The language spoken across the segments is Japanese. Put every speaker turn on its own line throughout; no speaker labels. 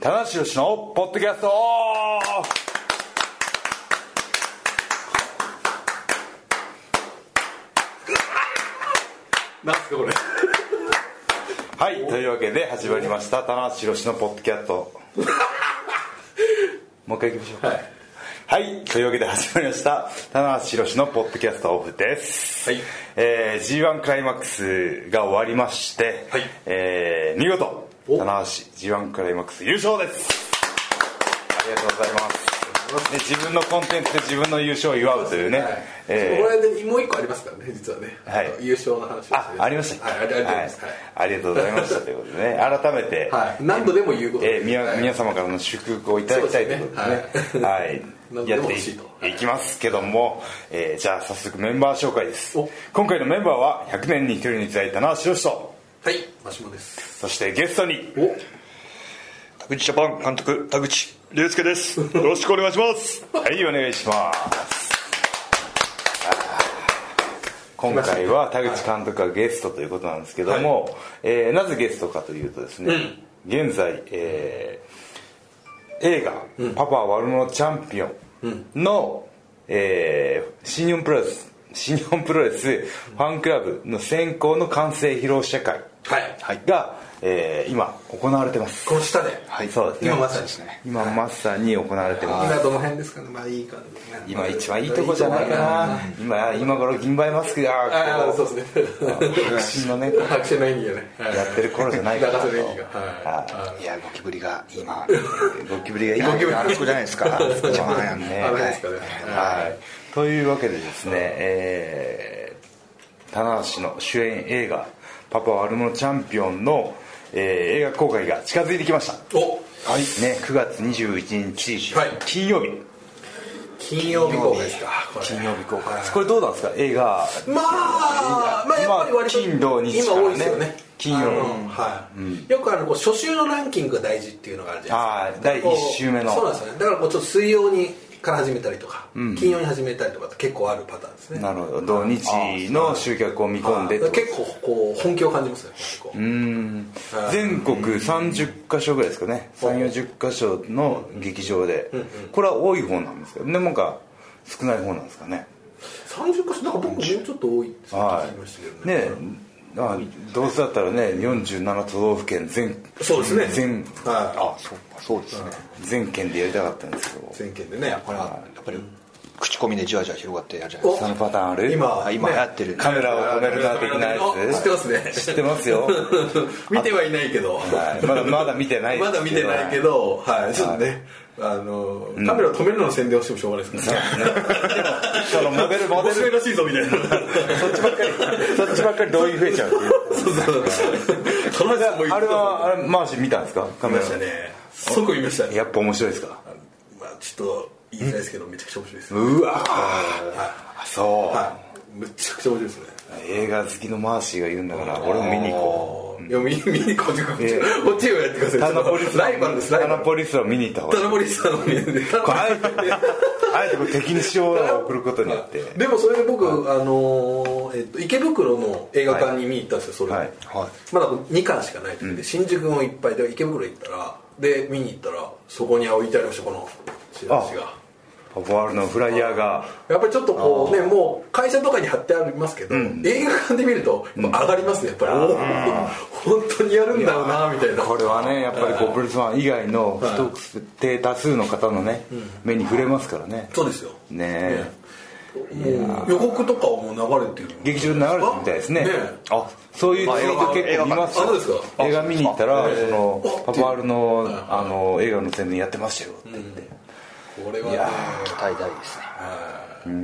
棚橋宏のポッドキャスト
なんすかこれ
はいというわけで始まりました棚橋宏のポッドキャスト もう一回いきましょうか
はい
はい、というわけで始まりました棚橋宏のポッドキャストオフです、
はい
えー、G1 クライマックスが終わりまして、
はい
えー見事
お
棚橋 G1 クライマックス優勝ですありがとうございますで自分のコンテンツで自分の優勝を祝うというね、
はい
えー
これでもう一個ありますからね実はね、
はい
あの優勝の話をして
あ、ありましたっ
はい
け
ありがとうございます、
は
はいい
ありがとうございましたということでね、改めて、
はい何度でも言うこと
えー、みや
はい
皆様からの祝福をいただきたいということでね、はい、
何で
やっ
も
て
欲
い
しいとはい
いきますけども、えーじゃあ早速メンバー紹介です
お。
今回のメンバーは、100年に一人にいただいたな、しろしと、
はいマシモです
そしてゲストに、
お
田口ジャパン監督田口龍介ですよろしくお願いします
はい、お願いします。今回は田口監督がゲストということなんですけども、えーなぜゲストかというとですね、現在、えー映画、パパは悪者チャンピオン」の、えー新日本プロレス新日本プロレスファンクラブの選考の完成披露試写会
はい
が、えー今行われてます
この下で、
はいそうですね
今まさにですね
今まさに行われてます
今どの辺ですかねまあいい感じね
今一番いいとこじゃないかな今今頃銀杯マスクが
ああ
こ
そうですね
う白真のねこ
拍手の演技がね、
うやってる頃じゃないかなと
流せる演技がはい
やゴキブリが 今
ゴキブリがいい
ゴキブリあそこじゃないですか一番早いね
あれですかね、
はい、というわけでですね、えー、棚橋の主演映画「パパは悪者チャンピオンの」えー映画公開が近づいてきました、
お
はいね、9月21日、
はい
金曜日
金曜日公開ですかこれ
金曜日公開ですこれどうなんですか映画
まあ、まあやっぱり割と
まあ金土日
今
からね
多いですよね
金曜
あのはい、よくあのこう初週のランキングが大事っていうのがあるじゃないですか
あー第一週目の
そうなんですよねだからこうちょっと水曜にから始めたりとか、金曜に始めたりとかって結構あるパターンですね
なるほど土日の集客を見込んでって
は
こ
い
と
結構こう本気を感じますね結構はい
全国30カ所ぐらいですかね340箇所の劇場でこれは多い方なんですけどでもなんか少ない方なんですかね
30か所なんか僕もうちょっと多いって
は
聞きましたけど
いねあどうせだったらね47都道府県全
そうですね
全
はい
あそうかそうですね
全県でやりたかったんですけど
全県でね
これはやっぱり口コミでじわじわ広がってやるじゃない
お
です
そのパターンある
今
か今流行ってる
カメラを止めるな的なや
お知ってますね
つ知ってますよ、
見てはいないけど
はい、まだまだ見てないです
まだ見てないけど、はい、ちょっとね、あの、カメラを止めるのの宣伝をしてもしょうがないですからね。
そのモデルモデ
面
ル
白いらしいぞみたいな。
そっちば っかりそっちばっかり同意増えちゃうっていう
そうそう。その人もい
あれは
あ
あれマーシー見たんですかカ
見
メ
ま
ラ
したね。即見ましたね。
やっぱ面白いですか
まあちょっと言いづらいですけど、めちゃくちゃ面白いです。は
うわそう、
い。めちゃくちゃ面白いですね。
映画好きのマーシーがいるんだから俺も見に行こ
いや、見見にこっちこっち
ええ
こっちをやってくだ
う
さい。ちょっとライバルです、ライ
タ
バ
ナ
ル。
ポリスを見に行った方がい
タ
い
ナポリスさんの見る
これあえてあえてこう敵に塩を送ることによって
でもそれで僕、あのーえっと、池袋の映画館に見に行ったんですよ、
はい
それ、
はい
まだ2巻しかない時で、新宿もいっぱいで池袋行ったらで見に行ったらそこに置いてありましたこのチラシが
パパワールのフライヤーが
やっぱりちょっとこうねもう会社とかに貼ってありますけど、映画館で見るとやっぱ上がりますねやっぱり、おお本当にやるんだろうなみたいな
これはねやっぱりこうブルースマン以外の不特定多数の方のね目に触れますからね
そうですよ
ねえ
もう予告とかはもう流れてる
劇場に流れてるみたいですね
ね
あそういうツイート結構見ます
あそうですか
映画見に行ったらそのパパワールのあの映画の宣伝やってましたよって言って
これはね
大大ですね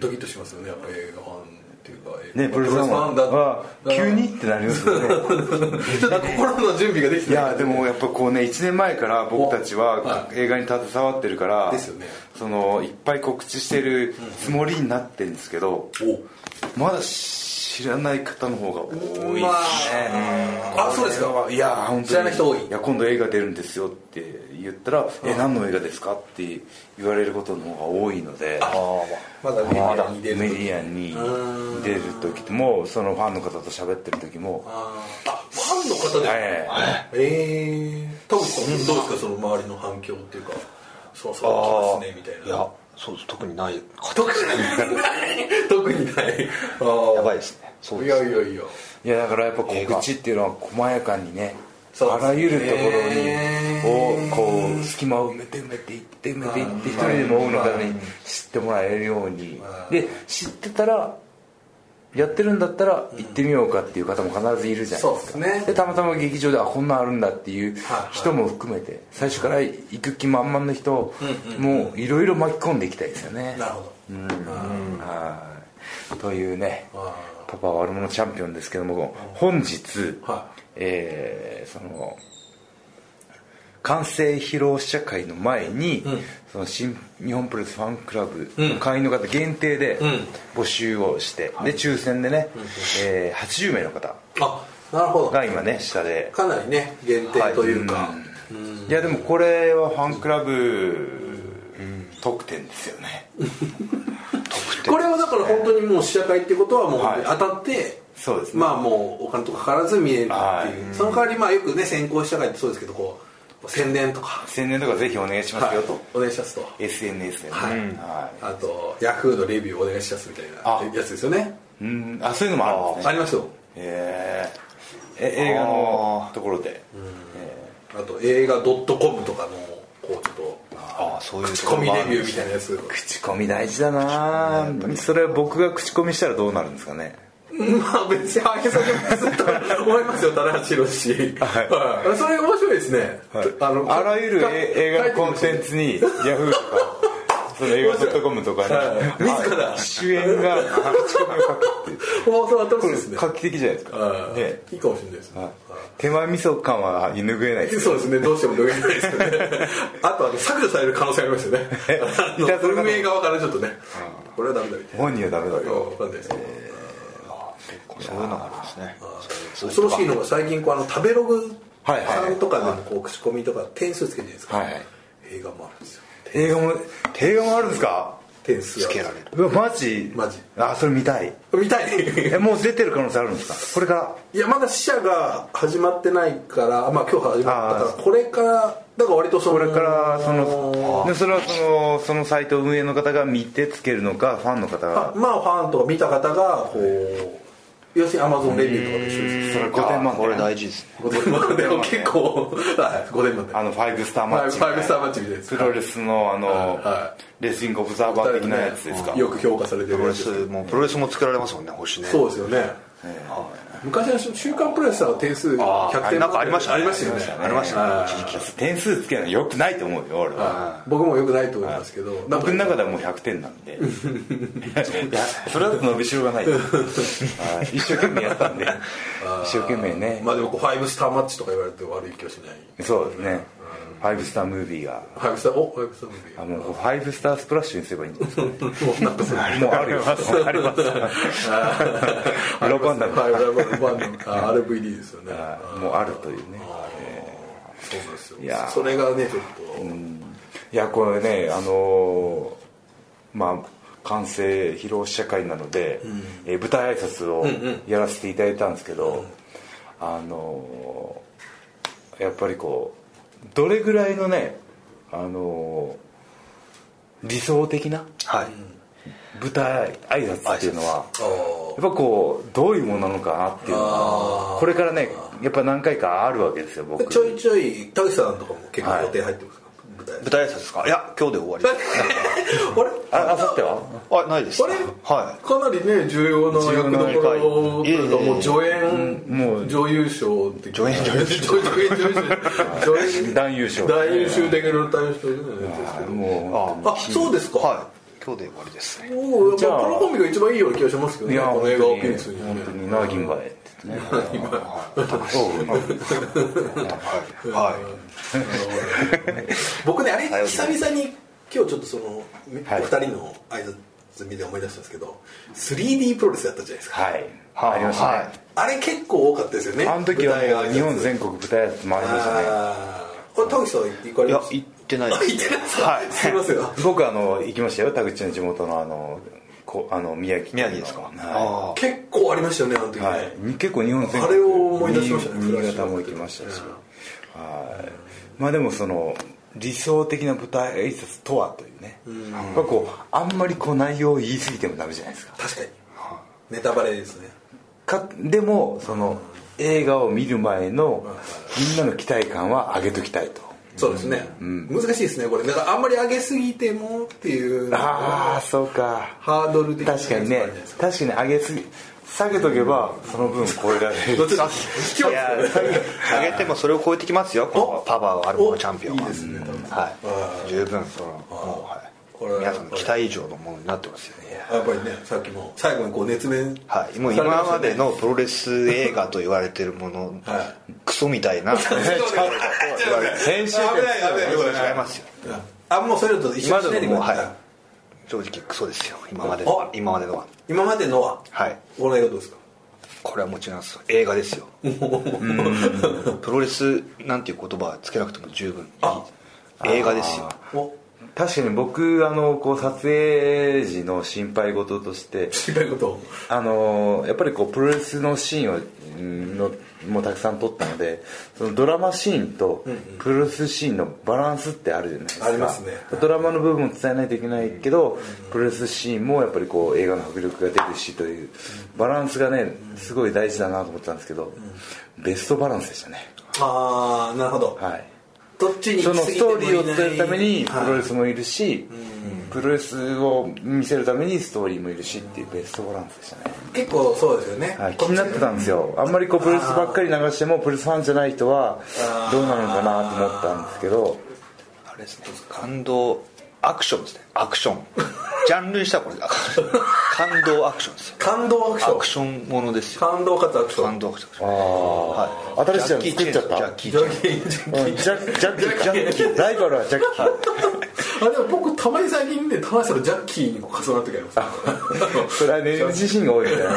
ドキッとしますよねやっぱり映画ファンっていうか映画
ねブルースマン
ファンだ
は急にってなりますよね
ちょっと心の準備ができて
い
ない
やでもやっぱこうね1年前から僕たちは
は
映画に携わってるから
ですよね
そのいっぱい告知してるつもりになってるんですけどまだ知らない方の方が多いですね、
まああそうですか
いや本当に
知らない人多い
や今度映画出るんですよって言ったら「え何の映画ですか?」って言われることの方が多いので
まだメディアに出
メデ
る
ィアに出る時もそのファンの方と喋ってる時も
ああファンの方で
ええ
ええ田口さんどうですかその周りの反響っていうかそうそう来ますねみたいない
やそうです特にない
特にない特にないああ
やばいですねそう
い
です
やいやいや
いやだからやっぱ告知っていうのは細やかにね
そう
あ
ですね
らゆるところにをこう隙間を埋めて埋めていって埋めていって一人でも多くの方に知ってもらえるようにで知ってたらやってるんだったら行ってみようかっていう方も必ずいるじゃないですか
そうですね
たまたま劇場であこんなんあるんだっていう
はいはい
人も含めて最初から行く気満々の人もいろいろ巻き込んでいきたいですよね
なるほど
はいというね
あ
パパは悪者チャンピオンですけども本日、
は
えーその完成披露試写会の前に、その新日本プロレスファンクラブの会員の方限定で募集をして、で抽選でね、えー80名の方
あなるほど
が今ね下で、
かなりね限定というか
いやでもこれはファンクラブ特典ですよね、
これはだから本当にもう試写会ってことはもう
はい
当たって
そうですね
まあもうお金とかかからず見える
は
っていうその代わりまあよくね先行試写会ってそうですけどこう宣伝とか
宣伝とかぜひお願いしますよと、
はいお願いしますと
SNS でね、
はい
はい
あとヤフーのレビューお願いしますみたい
あ
なやつですよね
うんあそういうのもあるんですね
ありますよ
へええ映画のところで
あと映画 .com とかのこうちょっと
ああそういう
口
と
コ
こ
ミ
もあ
レ
るん
ビュ
で
ー
す
みたいなやつ
口コミ大事だなそれは僕が口コミしたらどうなるんですかね
まあ別に上げ下げもすると思いま すよ棚橋宏氏はいそれ面白いですね
あ
の
らゆるえ映画のコンテンツにヤフ ーとかその映画ドットコムとかに
はい自ら
あ主演が口コミを書くっていう
放送やってほしいですね
画期的じゃないですか
は
ね
いいいかもしれないですね
手前味噌感は拭えないです
そうですねどうしても脱げないですよ ねあとあの削除される可能性ありますよねあ
いやそれ
の
が
運営側からちょっとねこれはダメだみたい
本人はダメだ
な
と
分かんないですけど
そういうのがあるんですね
恐ろしいのが最近こうあの食べログ
はいはい
さんとかでもこう口コミとか点数つけるじゃないですか、
はいはい
映画もあるんですよ
映画も映画もあるんですか
点数つ
つけられる
うわマジ
マジ
あそれ見たい
見たい
えもう出てる可能性あるんですかこれから
いやまだ試写が始まってないからまあ今日始まった
あ
からこれからだから割とその
これからそのでそれはそのそのサイト運営の方が見てつけるのかファンの方
あ
が
まあファンとか見た方がこう要するにアマゾンレビューとかで一緒です
それ5点満
あこれ
点
大事ですね
5点満点 は結構はい5点満点
あの5スターマ
フ
ッ
ァイブ
チ
ファイブスターマッチみたいなや
プ
つ
ロレスのあの
は
レスリングオブザーバー的なやつですか
よく評価されて
プ
る
ロ
や
レ
つです
スもうプロレスもつけられますもんね星ね
そうですよね、昔の週刊プロレスさんの点数
あ
100
あ
点
なんかありました
ありましたよね
ありましたね
はい
一時期
点数つけるのよくないと思うよ俺は
僕もよくないと思いますけど、なんか
僕の中ではもう100点なん でいやそれだと伸びしろがないはい一生懸命やったんで一生懸命ね
まあでもこうファイブスターマッチとか言われて悪い気はしない
そうですね5スタームービーが
ファイブスターおファイブスターム
あの5スタースプラッシュにすればいいんじゃないですか
ービーもうなんかそれ
もうあるよ。あります。ロバンダム。
はいロバンダムあ RVD ですよね
もうあるというね。
そうなんですよ
いや
それがねちょっと、
いや、これね、あのーまあ、完成披露試写会なので、えー舞台挨拶をやらせていただいたんですけど、あのーやっぱりこう、どれぐらいのね、あのー理想的な
はい
舞台挨拶っていうのは、
あー
やっぱこうどういうものなのかなっていうのはこれからねやっぱ何回かあるわけですよ僕
ちょいちょい田口さんとかも結構予定入ってますか、舞台
舞台挨拶ですかいや今日で終わりです
あれ
ああさっては
あないです
あれ
はい
かなりね重要な役どころを
重要な
もう助
も
演
う
女優賞って
助演女優賞
賞助演女優賞助演
男優賞
男優賞的な男優賞じゃないですけど
も
あ
あそうですか
はい今日で終わりですね
もう
じゃあ
このコンビが一番いいような気がしますけど
うい
ね
や
この映画をピースに
本
ね
当になあ銀バエって言ってね
はい
僕ねあれ久々に今日ちょっとそのお二
はい
人の挨拶見て思い出したんですけど 3D プロレスやったじゃないですか
はいありました
は
ね
あれ結構多かったですよね
あの時は
舞台挨
もう
拶
日本全国舞台挨拶回りましたね
あーこれ田口さん行か
い
れ
や
ました
行ってないで
あ
す
行ってないですか
はい
すいません
僕あの行きましたよ田口の地元のあのこあの宮城
宮城ですか
は
あ
結構ありましたよねあの時
い
ね、
はい結構日本全国
あれを思い出しましたね
新
フラッシュ
新潟も行きましたし
うん
はいまあでもその理想的な舞台挨拶とはというね、やっぱこうあんまりこう内容を言い過ぎてもダメじゃないですか
確かにネタバレですね
かでもその映画を見る前のみんなの期待感は上げときたいと
そうですね、難しいですねこれだからあんまり上げすぎてもっていう
ああそうか
ハードル的なやつ
確かにね
もあるじゃないですか
確かに上げすぎ下げとけばその分超えられる
どっちだ卑怯
いやあげてもそれを超えてきますよこのパワーあるものチャンピオンはい
いですね多分
はい十分そのも
こ
う
れはい
は皆さんの期待以上のものになってますよね
やっぱりねさっきも最後にこう熱弁
はいもう今までのプロレス映画と言われてるもの
は
クソみた いな
ちょっと待ってちょっと待って
編集
危
点
ない危ない
違いますよ
あもうそれと一緒
今
に
ま
しな
で
いで
の
く
もう
ださい
はい正直クソですよ今までのは
お
今までのは
今までのは
はい
この映画どうですか
これはもちろんです映画ですよプロレスなんていう言葉はつけなくても十分いい
あ
映画ですよ
お
確かに僕あのこう撮影時の心配事として
心配事を
あのーやっぱりこうプロレスのシーンをうんのもたくさん撮ったのでそのドラマシーンとプロレスシーンのバランスってあるじゃないですか
ありますね
ドラマの部分も伝えないといけないけど、プロレスシーンもやっぱりこう映画の迫力が出るしというバランスがねすごい大事だなと思ったんですけど、ベストバランスでしたね
ああなるほど
はい
どっちに
そ
行
の
き過
ス
ぎて
ト
も
ーリーを伝えるためにプ
はい
ロレスもいるし、プロレスを見せるためにストーリーもいるしっていうベストバランスでしたね
結構そうですよね
はい、気
こっち
になってたんですよあんまりこうプロレスばっかり流してもプロレスファンじゃない人はどうなのかなと思ったんですけど
あれですね感動アクションですねアクションジャンルにしたらこれだ感動アクションですよ
感動アクシ
ア
ョン
クションものですよ
感動かつアクショ
感
ン
動アクション
ああ、新しいの作っちゃった
ジャッキー
ジ
チ
ャ
ェン
ッキージャッキ
うんジャッジャッキージャッキーライバルはジャッキー
ーあでも僕たまに最近ね田中さんのジャッキーにこう重なってくれます
それはね自身が多いみたいな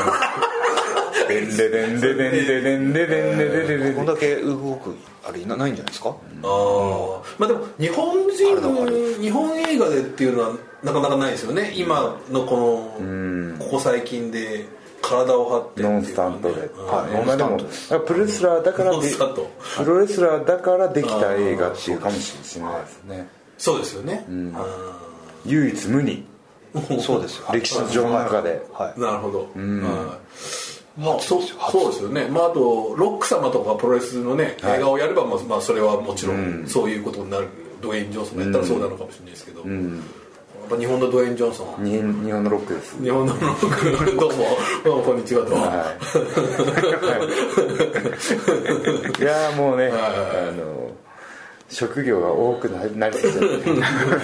「でんででんででんででんででんでででで
こんだけ動くあれいなないんじゃないで すか
ああまあでも日本人日本映画でっていうのはなかなかないですよね今のこのここ最近で体を張ってってい
ノ
うのはね
ンスタントで、
はい
まあで
ノ
も
ンス
プロレスラーだから
ノン
で
スタント
プロレスラーだからできた映画っていうかもしれないですね
そうですよねあ
唯一無二
そうですよ
歴史上の中で
は
ーなるほどはいまあそうそうですよねまああとロック様とかプロレスのね映画をやればまあまあそれはもちろんそういうことになるドウェイン・ジョンソンがやったらそうなのかもしれないですけどやっぱ日本のドウェイン・ジョンソンは
日日本のロックです
日本のロックどうもどうもこんにち はと
はい、いやーもうね、あの職業が多くななりすぎち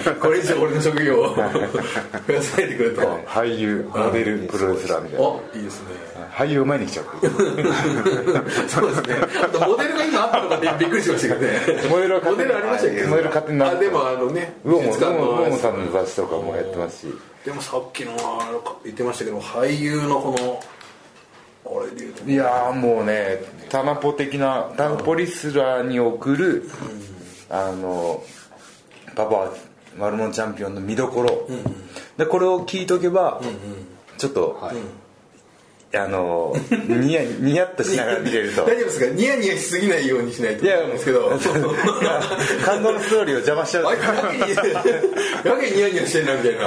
ゃ
これ以上俺の職業を増やさないでくれと、
って俳優モデルプロレスラーみたいな
おいいですね
俳優を前に来ちゃう
そうですねあとモデルが今あったのかってびっくりしましたけどね
モデルは
モ
勝手に
デルありましたけど
モデル勝手にな
あでもあのね
ウオモウ
美術館の
オモさんの雑誌とかもやってますし
でもさっきのあの言ってましたけど俳優のこのあれで言うと
いやーもうねタナポ的なタナポリスラーに送る、あのパパは悪者チャンピオンの見どころ、でこれを聞いとけば、ちょっと、あのニヤニヤっとしながら見れると
大丈夫ですかニヤニヤしすぎないようにしないと
い
い
や
思うんですけど
感動のストーリーを邪魔しちゃう
あやけにニヤニヤしてんなみたいな、う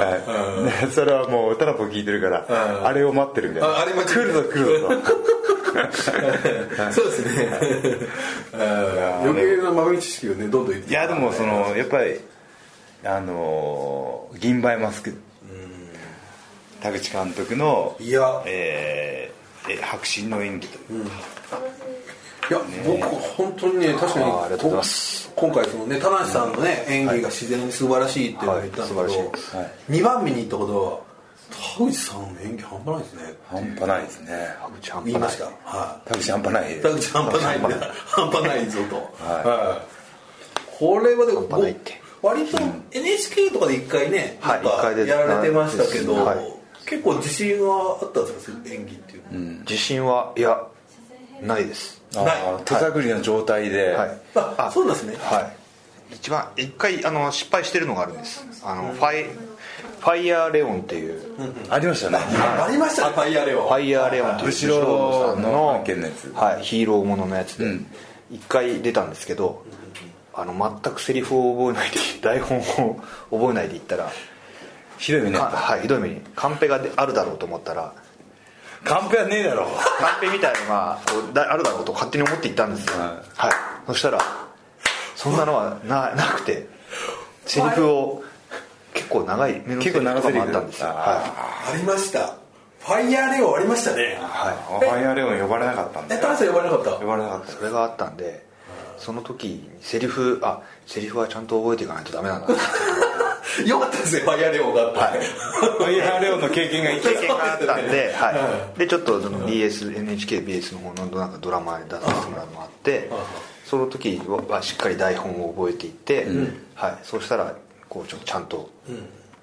ん
はい、それはもうタナポ聞いてるから、
うん
あれを待ってるみたいな
ああれ待ち
来るぞ来るぞと
そうですね。 あー余計な豆知識をね、どんどん言って。
いやでもそのやっぱりあのー銀杯マスク田口監督の
いや
えーえ迫真の演技という、
いや、僕、本当にね、確かに。
あーありがとうございます
こ。今回、そのね、田無さんのね、演技が自然に素晴らしいっていうのを言ったんだ
はい
け
素晴
ど
らし。
二番目に言ったことは。田口さんの演技半端ないですね。
半端ないですね
ちゃん
言いました。はい。
田口半端ない
田口半端ないんだ半端ないぞと、はいこれはでも
半端ないって
割と NHK とかで一回ね、
は
な
い
んか
一回で
やられてましたけど、
はい
結構自信はあったんですか演技っていうのは、
自信はいやないです
あー手探りの状態で、
はい
あそうなんですね
はい一番一回あの失敗してるのがあるんですあのファイファイヤーレオンっていう
ありましたね
ありましたねファイヤーレオン
ファイヤーレオンという
後ろの
後ろ
案件のやつ
はい、ヒーローもののやつで一回出たんですけどあの全くセリフを覚えないで 台本を覚えないでいったら
ひどい目に
か
あった
はいひどい目にカンペがであるだろうと思ったら
カンペはねえだろ
カンペみたいのがこうだあるだろうと勝手に思って行ったんですよ
は
はいい、そしたらそんなのはななくてセリフを結構長い目のセリ
結構
フ
長
と
セ
か
リフ
もあったんですよ
あ
は
ありましたファイヤーレオありましたね
い、はい、
ファイアーレオン呼ばれなかったん
え
だ
タ
よ
ンさん呼ばれなかった
呼ばれなかった
それがあったんでその時にセリフあセリフはちゃんと覚えていかないとダメなん だな
よかったですねファイヤーレオンがあって、
ファイアーレオンの経験が生き
経験があったんで,、はい、でちょっとその BSNHKBS の方のなんかドラマに出させてもらうのもあってその時はしっかり台本を覚えていって、はい、そうしたらこうちょっとちゃんと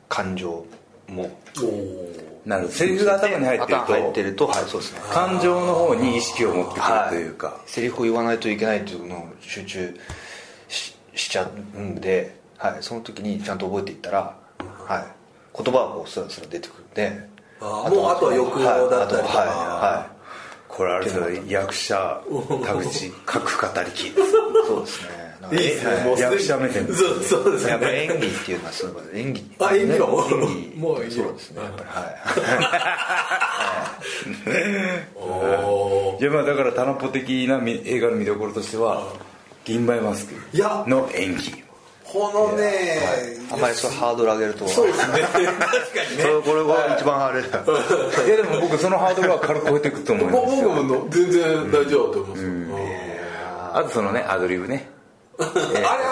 感情も
おお
なるほどセリフが頭に入ってる
頭入って
と
るとはいそうですね
感情の方に意識を持ってくる
はい
というか
セリフを言わないといけないっていうのを集中ししちゃうんで、はい、その時にちゃんと覚えていったら、はい、言葉はこうスラスラ出てくるんで
あーもうあとは抑揚だったりとか
はいあとははい
これあれですよ役者田口書く語りき
はい、そうですねなんか
いいですね
は
もうすでに
役者目線で
そうそうです
やっぱり
ね
演技っていうのはそういうこと演技
あ演技は
も
もう
演技
もういいよ
そうですねやっぱりはい
おお
いやまあだからタナポ的なみ映画の見どころとしては銀杯マスク
いや
の演技
このね、
あんまりそうハードル上げると
そうですね確かにね
そうこれが一番あれだ
いやでも僕そのハードルは軽く超えていくと思い
ぼ
ます
僕
よ
もの全然大丈夫だと思うんですよ、
あとそのねアドリブね
あれ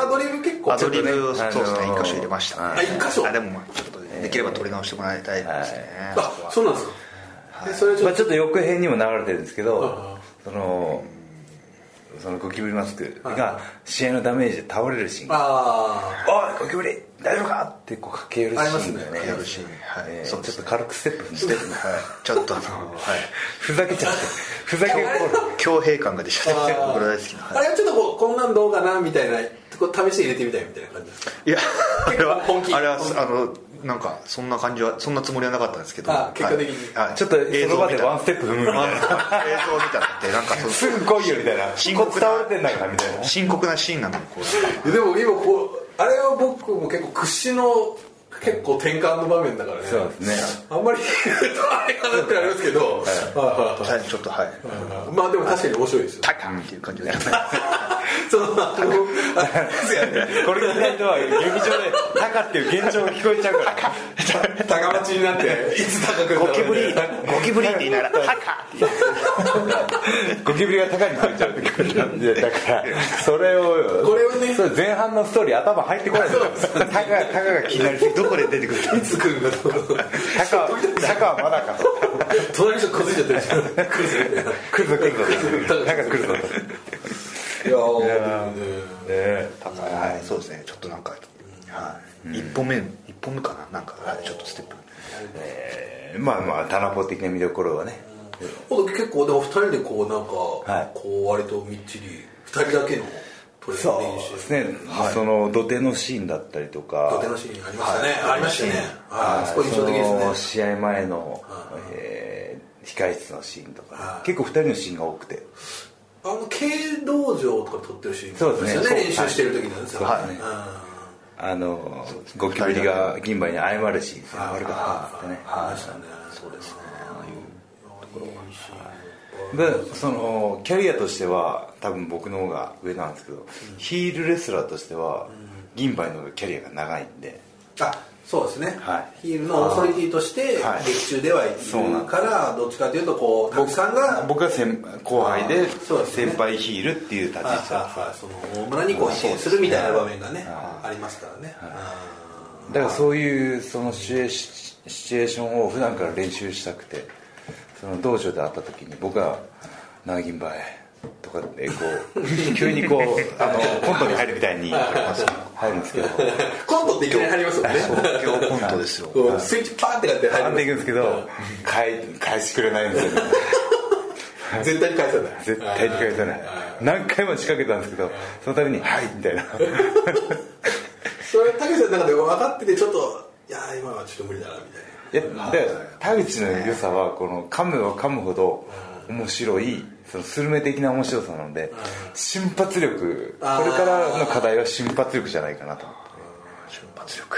アドリブ結構
アドリ
ち
ブ
ょ
を
っとね
そうですね
あのー
一箇所入れましたね
あ一箇所
あでもまあちょっとねできれば取り直してもらいたいですね
あそうなんですか、でそれちょ
ま
っ
あちょっと翌編にも流れてるんですけどそのそのゴキブリマスクが試合のダメージで倒れるシーン
と
が
あ
おいゴキブリ大丈夫かってこう駆け寄るシーンだよね
ありますね駆け寄るシーンはい
えー
そう
ち
で
ょっ
す
と
ね
軽くステップ踏んで
はいちょ っとあのはい
ふざけちゃってふざけコール
強兵感が出ちゃって
あー
僕ら大好きな
あ、
は
あれはちょっとこうこんなんどうかなみたいなこう試して入れてみたいみたいな感じですか
いいやあれは
本気
あれは
本気
あのなんかそんな感じはそんなつもりはなかったんですけど
あ結果的に
はいはい
ちょっとその場でワンステップ踏むみたい
あ
な
の映像を見たってなんかその
すぐ来いよみたいな
深
こ
刻
っち
な
倒れてんだからみたいな
深刻なシーンなのにこう
でも今こうあれは僕も結構屈指の結構転換の場面だからね
そうですね
あんまり言うとあれかなってありますけど、はいはい
最初ちょっとはい
はいまあでも確かに面白いですよ
タカンっていう感じで
そのあのあれですよね
これ聞いない人は劇場で「タカ」っていう現状が聞こえちゃうから
高待ちになっていつ高く
ゴキブリ
い
ゴキブリって言いながらタカって言う
ゴキブリが高に聞こえちゃうって感じでだからそれを
これをね
それ前半のストーリー頭入ってこないんだよ
タカタカが気になりすぎてどこで出てくるの
つ来るんだと思う
タカはタカはまだかと
隣の人こづいちゃってるじゃん来るぞみたいな
来るぞ来るぞ タカ来るぞと
いやー
ね
はいそうですねちょっとなんかはい一本目一本目かななんかはいちょっとステップ
えまあまあタナポ的な見どころはね
ほんと結構でも二人でこうなんか、
い
こう割とみっちり二人だけのトレーニング
そう
練
で
習
すね、その土手のシーンだったりとか
土手のシーンありましたねありましたね
は
あ
い
そこ印象的です
そ
ね
の試合前の、えー控室のシーンとか、
はい
結構2人のシーンが多くて
あの軽道場とか撮ってるシーン
そうですね
よ練
そう
習してる時なんですよ、
はいそうですね
あ
あの、ゴキブリが銀杯に謝るシーンですね悪かったですね
ありましたねそうですね
でそのキャリアとしては多分僕の方が上なんですけど、ヒールレスラーとしては、銀杯の方がキャリアが長いんで
あそうですね、
はい
ヒールのオーソリティとして
はい
劇中ではいる
そうなんです
からどっちかというとこうたくさんが
僕は先後輩で
そうですね
先輩ヒールっていう立ち位
はい
置だ
はいはいその大村にこう支援するみたいな場面がねありますからね
だからそういうそのシチュエーシシチュエーションを普段から練習したくてその道場で会った時に僕は「なあ銀杯」とかってこ う急にこうあのコントに入るみたいに入るんですけど
今度っていきなり入りますもんね
東京コントですよ
こうスイッチパーってやって
入
入
っていくん
り
ですけど返返してくれないんですよね
ます絶対に返さない
絶対に返さない何回も仕掛けたんですけどその度に「はい」みたいな
それたけしさんの中で分かっててちょっといやー今はちょっと無理だなみたいない
やで田口の良さはこの噛むを噛むほど面白いそのスルメ的な面白さなので瞬発力これからの課題は瞬発力じゃないかなと思って
瞬発力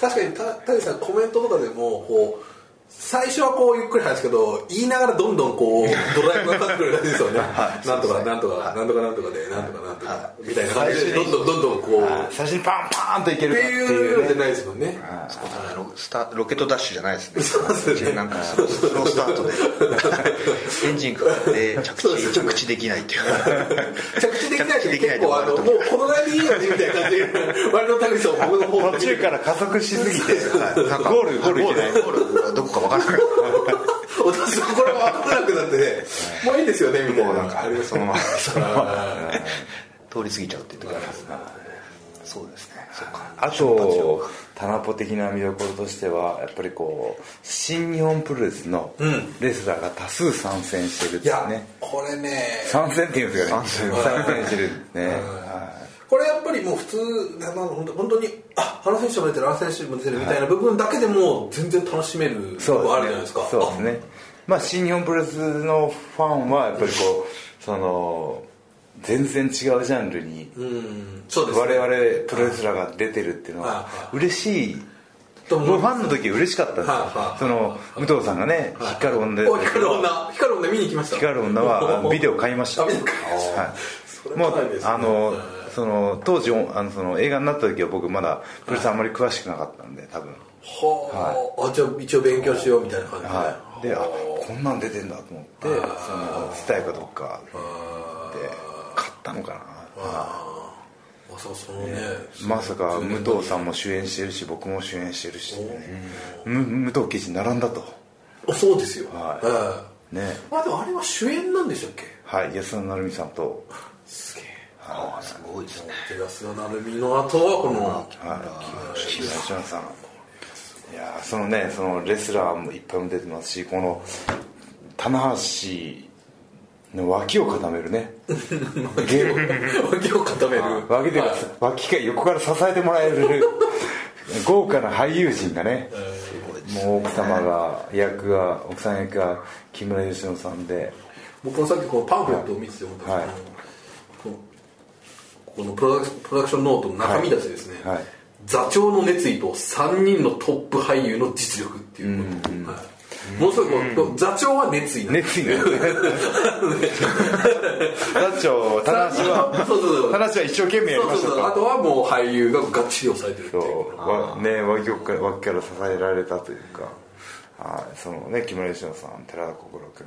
確かにた谷さんコメントとかでもこう最初はこうゆっくり話すけど言いながらどんどんこうドライブがかかってくる感じですよね、
はい
なんと
そう
か
ですね
なんとか、
はい
なんとかなんとかでなんとかなんとか、
はい
みたいな感じでどんどんどんどんこう、
最初にパンパンといけ
っ
る
て
かって
い
いうう
の
ね
じゃないですもんね、
そこだねロスタロケットダッシュじゃないですね
そうですね
なんかスロースロースター トでエンジンかかって着
そうで
地
すね
着地できないっていう
着地できないって結構あ
着地できないとこある
の
と
もうこのラインでいいよねみたいな感じで割と谷さん僕の方を
途中から加速しすぎて
はいなんか
ゴールゴールいけない
ゴールがどこかわからない
私もこれ分からなくなってねもういいですよねみ たい
もう
な
なんか
あります
そのままそのまま
あ
通り過ぎちゃうっていう時ありますねそうですねそっか
あとタナポ的な見どころとしてはやっぱりこう新日本プロレスの
ん
レスラーが多数参戦してるっ
ーい
ていう
や、
ね
これね
参戦っていうんですかね
参
参戦してるんですね
これやっぱりもう普通だな本当本当にあ原選手も出てる原選手も出てるみたいな部分だけでも全然楽しめるとこあるじゃないですか
そうですねまあ新日本プロレスのファンはやっぱりこうその全然違うジャンルに
あうんそうです
我
ね
々プロレスラーが出てるっていうのは
は
嬉しい
と
僕
思い
フ
ま
ァンの時は嬉しかったんです
はいはい
よその武藤さんがね光る女
すお光る女光る女見に行きました
光る女 はビデオ買いました
あビデオ買いました
はい
それ
も
はかなりで
う
すね
あのその当時あのその映画になった時は僕まだプロレスあんまり詳しくなかったんで多分
はあ、あじゃあ一応勉強しようみたいな感じで、
はいであこんなん出てんだと思ってそのスタイかどっかで買ったのかな
あそうそのね
まさか武藤さんも主演してるし僕も主演してるし、ね、む武藤刑事並んだと
あそうですよ、
はい
ええ
ね
まあでもあれは主演なんでしたっけ
はい安田成美さんと
すげえ
ああすごいですね
安田成美の後はこの
木村俊さんいやーそのねそのレスラーもいっぱいも出てますしこの棚橋の脇を固めるねゲーム
脇を固める
脇で、
はい
脇が横から支えてもらえ る豪華な俳優陣がね、もう奥様が役が奥さん役が木村佳乃さんで
僕もさっきこのパンフレットを見てて思ったんですけど、このこのプロダクプロダクションノートの中身たちですね、
はいはい
座長の熱意と3人のトップ俳優の実力っていうこと、はい、ものすごいこう座長は熱意なんです
熱意 なんですね団長棚橋は
そうそうそう
棚橋は一生懸命やり
そう
まし
そ
た
うそうあ
と
とはもう俳優ががっちり押さえてるっていう
そうわね脇から脇から支えられたというかあそのね木村佳乃さん寺田心君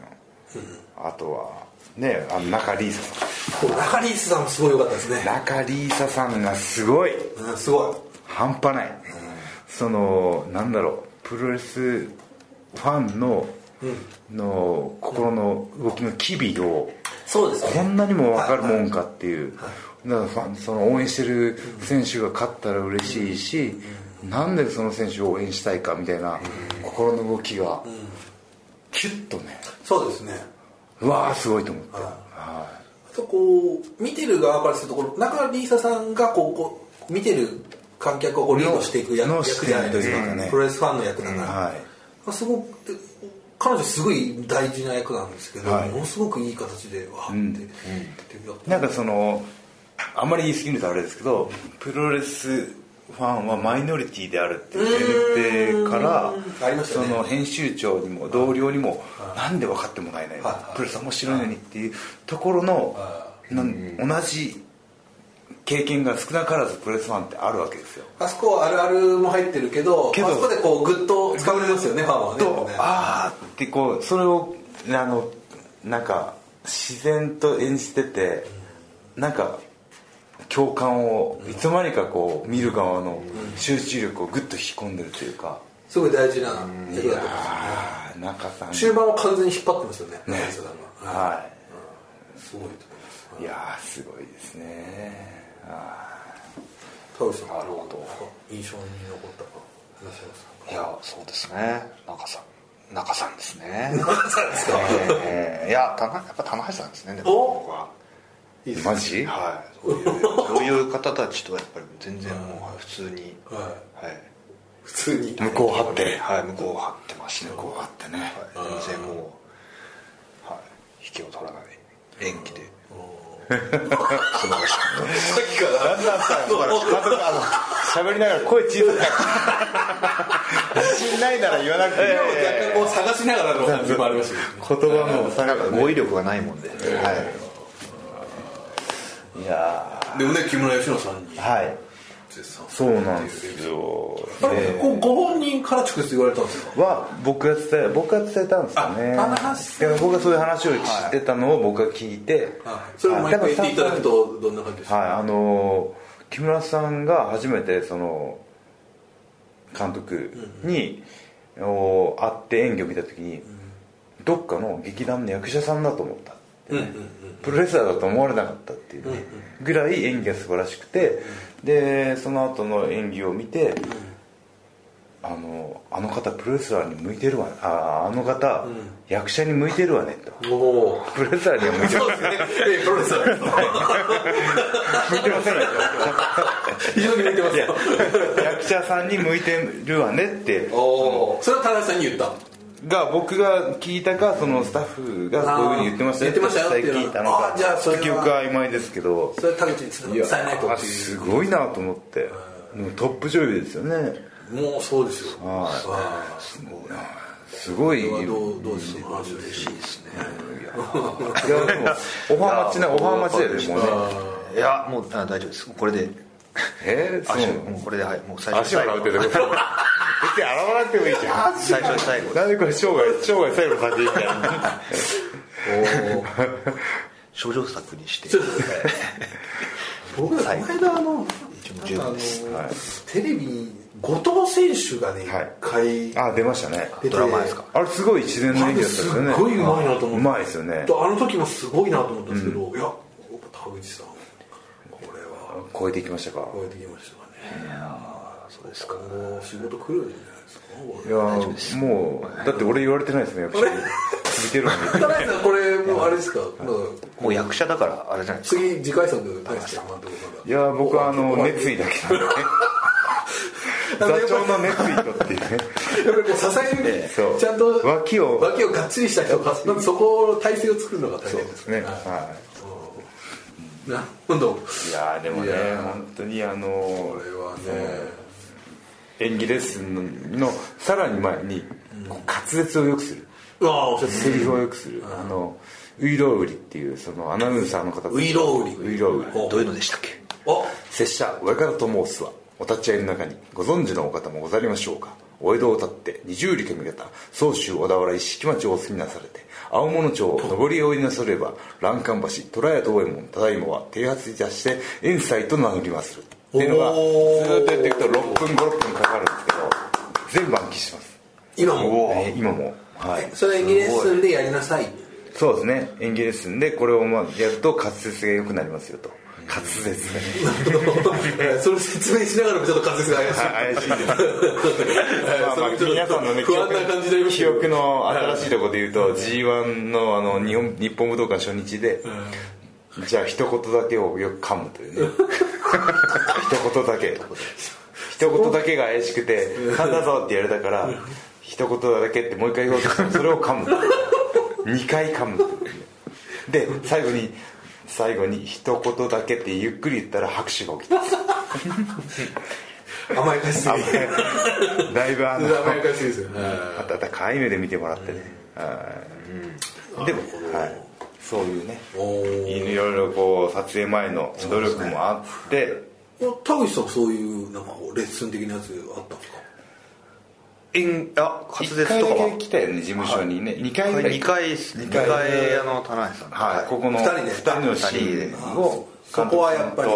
あとはねあの中里依紗さ
こう中里さんもすごい良かったですね
ん中里依紗さんがすごい
うんすごい
半端ない、そのなんだろうプロレスファンの、の心の動きの機微を
そうです
こんなにも分かるも
はい
んかっていう、だからファンその応援してる選手が勝ったら嬉しいし、なんでその選手を応援したいかみたいな心の動きが、キュッとね
そうですね
うわあすごいと思って、
あとこう見てる側からするとこの中里依紗さんがこうこう見てる観客をこうリードしていく役
の
役じゃないです
視点という
か、
かね
プロレスファンの役だから、
はい
まあすごく彼女すごい大事な役なんですけど、
はい
ものすごくいい形でわーって、って
なんかそのあまり言い過ぎるとあれですけどプロレスファンはマイノリティであるっていう前提から
んありました
そ
ね
の編集長にも同僚にもなんで分かってもらえないの
はい
プロレス面白いのにっていうところのなん同じ経験が少なからずプロレスファンってあるわけですよ。
あそこはあるあるも入ってるけど
けど
あそこでこうグッと掴まれますよねファンはね
とあーってこうそれをあのなんか自然と演じててなんか共感をいつまにかこう見る側の集中力をぐっと引き込んでるというか
すごい大事な役だと思います
ああ中さん
終盤は完全に引っ張ってますよね中西さんがは
はい
すごいと思います
いいやーすごいですね
田口さんなるほど印象に残ったかいらっしゃいますか
いやそうですね中さん中さんですね
中さんですか
えーいや棚やっぱ棚橋さんですねでも
お
僕は
マジ
はいそういうそういう方たちとはやっぱり全然もう普通に
はい
はい
普通に
向こう張って
はい向こう張ってましたね
こうあってね
はい全然もう引きを取らない演技で
さっきから
喋りながら声小さくなる自信ないなら言わなくていい
若干こう探しながらの感じもありましたけど
言葉も
なんか語彙力がないもんで、はい
いや
でもね木村佳乃さんに
ーはい
絶賛
そうなんですよ
あれこうご本人から直接言われたんですか
は僕が伝え僕が伝えたんですよね
あ話
だから僕がそういう話を知ってたのを僕が聞いて、
それを
だ
毎回
か
言
ら
っていただくとどんな感じですか
はいあのー木村さんが初めてその監督に、お会って演技を見た時に、どっかの劇団の役者さんだと思ったってね、プロレスラーだと思われなかったっていうねぐらい演技が素晴らしくて、でその後の演技を見て、あのあの方プロレスラーに向いてるわああの方、役者に向いてるわねと
おお
プロレスラーには向いてる
そうですねええプロレスラーです
向いてませんよ
非常に似てますよ
役者さんに向いてるわねって
おおそれは田中さんに言った
が僕が聞いたかそのスタッフがこういうふうに言ってましたよ
言ってましたよっていうの
聞いたのか
あじゃあそれは
記憶は曖昧ですけど
それは田口に伝えないと
あ
ってい
す
う
ごいなと思ってもうトップ女優ですよね
もうそうですよは
すごい
い
い
こ
やで
れは
も
どうどうですか嬉しいですね
オファー待ちなオファー待ちだよねもうね
いやもうあ大丈夫ですこれで
えー、
足を
そう
もうこれではいもう最初
足を洗うってどういうこと別に洗わなくてもいいじゃん
最初最後
なんでこれ生涯生涯最後の感じみたいな
症状作にして
僕らこの間あの
一応十分です
あのテレビに後藤選手がね一
はい
回
あ出ましたね
出て
ドラマですか
あれすごい自然の演技だったんですよね
すっごいうまいなと思って
うまいですよね
あの時もすごいなと思ったんですけどいややっぱ田口さんこれは
超えていきましたか
超えてきましたかね
そうですか
今後仕事来るんじゃないですか
いやーもうだって俺言われてない ですね役者に見てるわ
田中さんこれもうあれですかまだ
もう役者だからあれじゃないですか
次次回作ないですか今のとこ
いやー僕はあの熱意だ けなんでね座長の熱意とっていうね
ろやっぱりこう支える
そう
ちゃんと
脇を
脇をがっちりした人がなんかそこの体勢を作るのが大変です
ね
ね
は
なるほど
いいやーでもね
いやー
本当にあの
これはね
演技レッスンのさらに前にこう滑舌を良くする
うわあ
セリフを良くするあのウイロウリっていうそのアナウンサーの方
ウイロウリ
ウイロウリ
お
どういうのでしたっけ
お
拙者親方と申すはお立ち会いの中にご存知のお方もござりましょうかお江戸を立って二十里上方総州小田原一式町をお住みなされて青物町を上りをいなされば欄干橋虎屋東右衛門ただいまは停発いたして遠斎と名乗りまするっていうのが
おー
ずーっとやっていくと6分56分かかるんですけど全部暗記します、
今も
ね今もはい
それにレッスンでやりなさい
そうですね演技レッスンでこれをまあやると滑舌が良くなりますよと滑舌がね
それ説明しながらもちょっと滑舌が怪しい
怪しいです
それちょっと
皆さんのね
不安な感じになりま
記
すけど
憶の新しいところで言うと G1 のあの日本日本武道館初日で、じゃあ一言だけをよく噛むという ね一言だけ一言だけが怪しくて「噛んだぞ」って言われたから一言だけってもう一回言おうとしてもそれを噛む2回噛むというねで最後に最後に一言だけってゆっくり言ったら拍手が起 きた
甘やかしすぎ甘
だいぶあの
やかしすぎですよは
温かい目で見てもらってね、はいでも、はい、そういうね
いおー
いろいろこう撮影前の努力もあって、
田口さんそういうなんかこうレッスン的なやつあったんですか
演あ滑
1
舌
回
とか
だ
は
け来たよね事務所にね、2回ぐらい
2回です2
回
回あの棚橋さん
はい、ここの
二人で
二人のシーンを
あーそこはやっぱり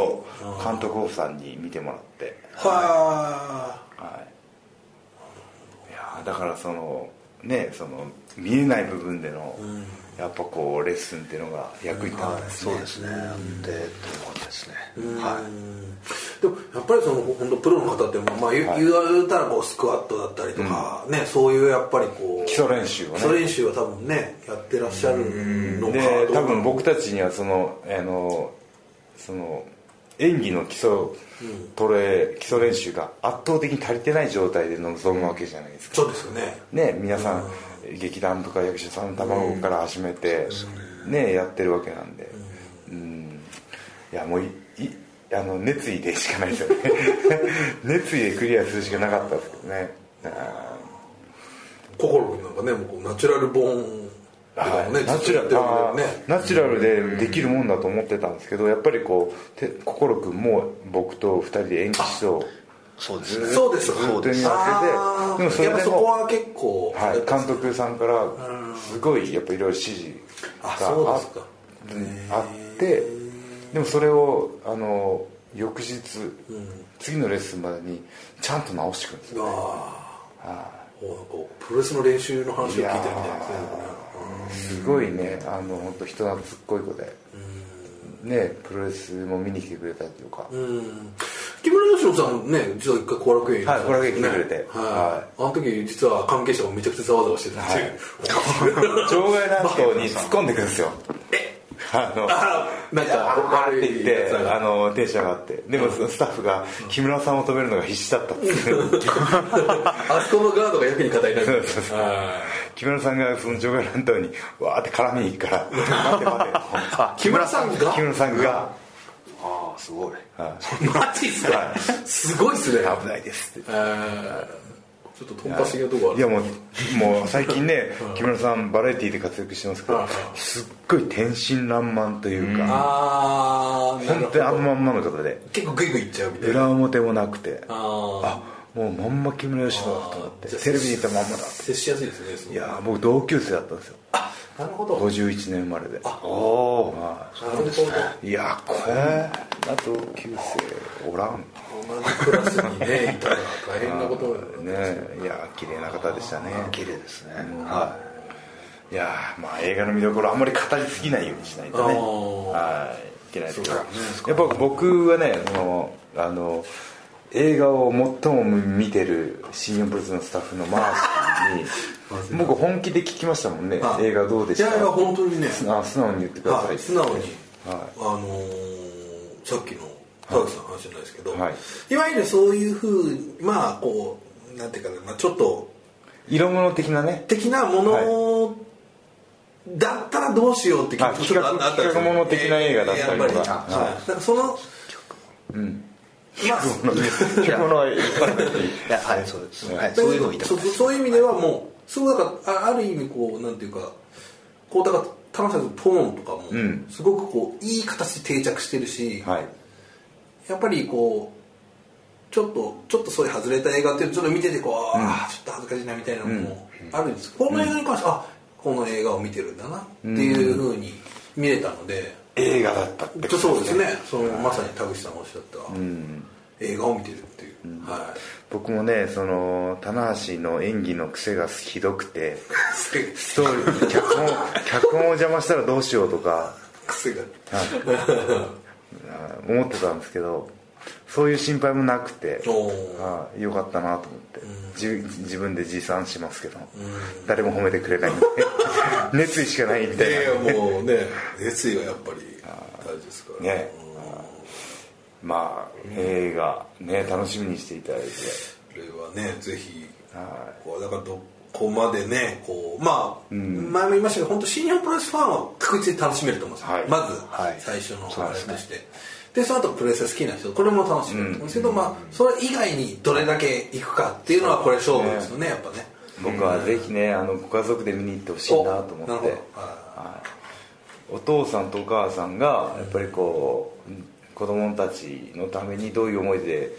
監督夫さんに見てもらって
は
はいいやーだからそのねその見えない部分での、やっぱこうレッスンっていうのが役に立ったんですね、
そうですねやってよかったですね
はいでもやっぱりその本当プロの方って、まあ、言う言うたらこうスクワットだったりとか、ねそういうやっぱりこう
基礎練習をね
基礎練習は多分ねやってらっしゃるのか
で
どうか
多分僕たちにはそのあのその演技の基礎トレ基礎練習が圧倒的に足りてない状態で臨むわけじゃないですか、
そうですよね
ね皆さん、劇団とか役者さんの卵から始めて、ねやってるわけなんでうんいやもういいあの熱意でしかないですよね 熱意でクリアするしかなかったですけどねあ
心君なんかねもうこうナチュラルボーンとかもね、
ーナチュラル
ずっとやってるんだよね
あーナチュラルでできるもんだと思ってたんですけどやっぱりこうて心君も僕と2人で演技しそう
そうですね
そうです
そうです
あー
でもそれでも
やっぱそこは結構、
はい、監督さんからすごいやっぱいろいろ指示が
あそうですか
あってでもそれをあの翌日、次のレッスンまでにちゃんと直してくるんですよ
ああなんかこうプロレスの練習の話を聞いてるみたいですね
すごいねあの本当人懐っこい子で、ねプロレスも見に来てくれたりとか、
うん木村佳乃さんね実は一回後楽園に
はい後楽園来てくれて
はい
は
あの時実は関係者がめちゃくちゃざわざわしてたっていう、
場外乱闘に突っ込んでくるんですよあの
あーなんか悪
って言っ
い
て
やつら
あ
が
のテンション上がってでもそのスタッフが木村さんを止めるのが必死だったっつって
あそこのガードがやけに硬いなみたいな
そうそうそう
はい
木村さんがその場外乱闘にわーって絡みに行くから待て待て
あ
木村さんが
木村さんが
ああすごい
マジっすかすごいっすね
危ないですって
えーちょっとトンパしげなとこある
いやもうもう最近ね木村さんバラエティーで活躍してますけ
うん
ど
うん
すっごい天真爛漫というか
ああなる
本
ほ
当にあ
ど
んまんまの方で
結構グイグイいっちゃうみたいな
裏表もなくて
あ
あもうまんま木村佳乃だと思って
じゃあ
テレビにいたまんまだ
あ接しやすいですねすご
い
く
やー僕同級生だったんですよ
なるほど
51年生まれで
おおー
なるほど
いやーこんな同級生おらん
同じクラスにねいたら大変なことだよ
ね
ね
いやー綺麗な方でしたね
綺麗ですね
はいいやーまあ映画の見どころあんまり語りすぎないようにしないとね
あー
はいいけないですけどやっぱ僕はねそのあの映画を最も見てる新日本プロレスのスタッフのマー シーに僕本気で聞きましたもんね
あ
映画どうで
い
した
やいや本当にね
素直素直に言ってくださ
はいい素直にあ
は
のーさっきの田口さんの話じゃないですけど
はい
いわゆるそういうふうまあこうなんていうかなまあちょっと
い色物的なね
的なも
は
のだったらどうしようって
あ企画
ちょっとあったりする
企画もの的な映画だったりとか
やっぱり
はい
はいなんかその
色物
まあ
はいっぱいある
いやはいそうですはい
だ
そう
け
いうのを
ど
言いたか
そ
っ
うそういう意味ではもうすごいだからあある意味こうなんていうかこうだから田中さんのトーンとかも
ん
すごくこういい形で定着してるし、
はい
やっぱりこうちょっとちょっとそういう外れた映画っていうのをちょっと見ててこう、ああちょっと恥ずかしいなみたいなのもあるんです、この映画に関しては、あこの映画を見てるんだなっていうふうに見れたので、
映画だったってこと
そうですねそのまさに田口さんがおっしゃった、映画を見てるっていう、はい
僕もねその棚橋の演技の癖がひどくてストーリー脚本脚本を邪魔したらどうしようとか
癖が
あ思ってたんですけどそういう心配もなくて
おー
あよかったなと思って、じ自分で持参しますけど、誰も褒めてくれ ないんで熱意しかないみたい
いやい
な
やもうね熱意がやっぱり大事ですから
ねまあ映画ね楽しみにしていただいて
これはねぜひこうだからどこまでねこうまあ、前も言いましたけど本当新日本プロレスファンは確実に楽しめると思うんですよ、
はい
まず、
はい
最初のあれとしてでその後プロレスが好きな人これも楽しめると思うんですけど、まあそれ以外にどれだけ行くかっていうのはこれ勝負ですよねやっぱね
僕はぜひねあのご家族で見に行ってほしいなと思
おなる
っ
ほ
て
どあ
お父さんとお母さんがやっぱりこう子供たちのためにどういう思いで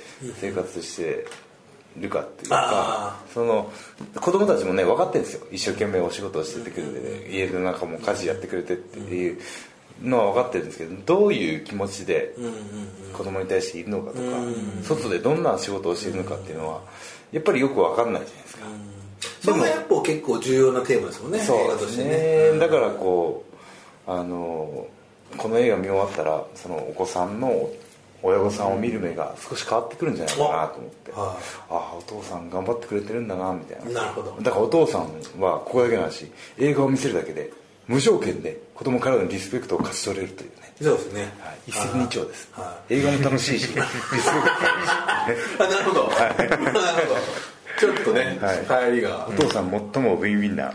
生活してるかっていうか
あ
その子供たちもね分かってるんですよ一生懸命お仕事をしててくれて、家の中も家事やってくれてっていうのは分かってるんですけどどういう気持ちで子供に対しているのかとか、外でどんな仕事をしているのかっていうのはやっぱりよく分かんないじゃないですか。
それがやっぱ結構重要なテーマですもんね映
そ
画
う
と
で
し
す
て
ね
ね
だからこうあのこの映画見終わったらそのお子さんの親御さんを見る目が少し変わってくるんじゃないかなと思って、
うんはい
ああお父さん頑張ってくれてるんだなみたいな
なるほど
だからお父さんはここだけの話映画を見せるだけで無条件で子供からのリスペクトを勝ち取れるというね、
そうですね、
はい、一石二鳥です
は
映画も楽しいし リスペクトも楽しいしね
あなるほど、 なるほどちょっとね、
はい
帰りが
お父さん最もウィンウィンな、
あ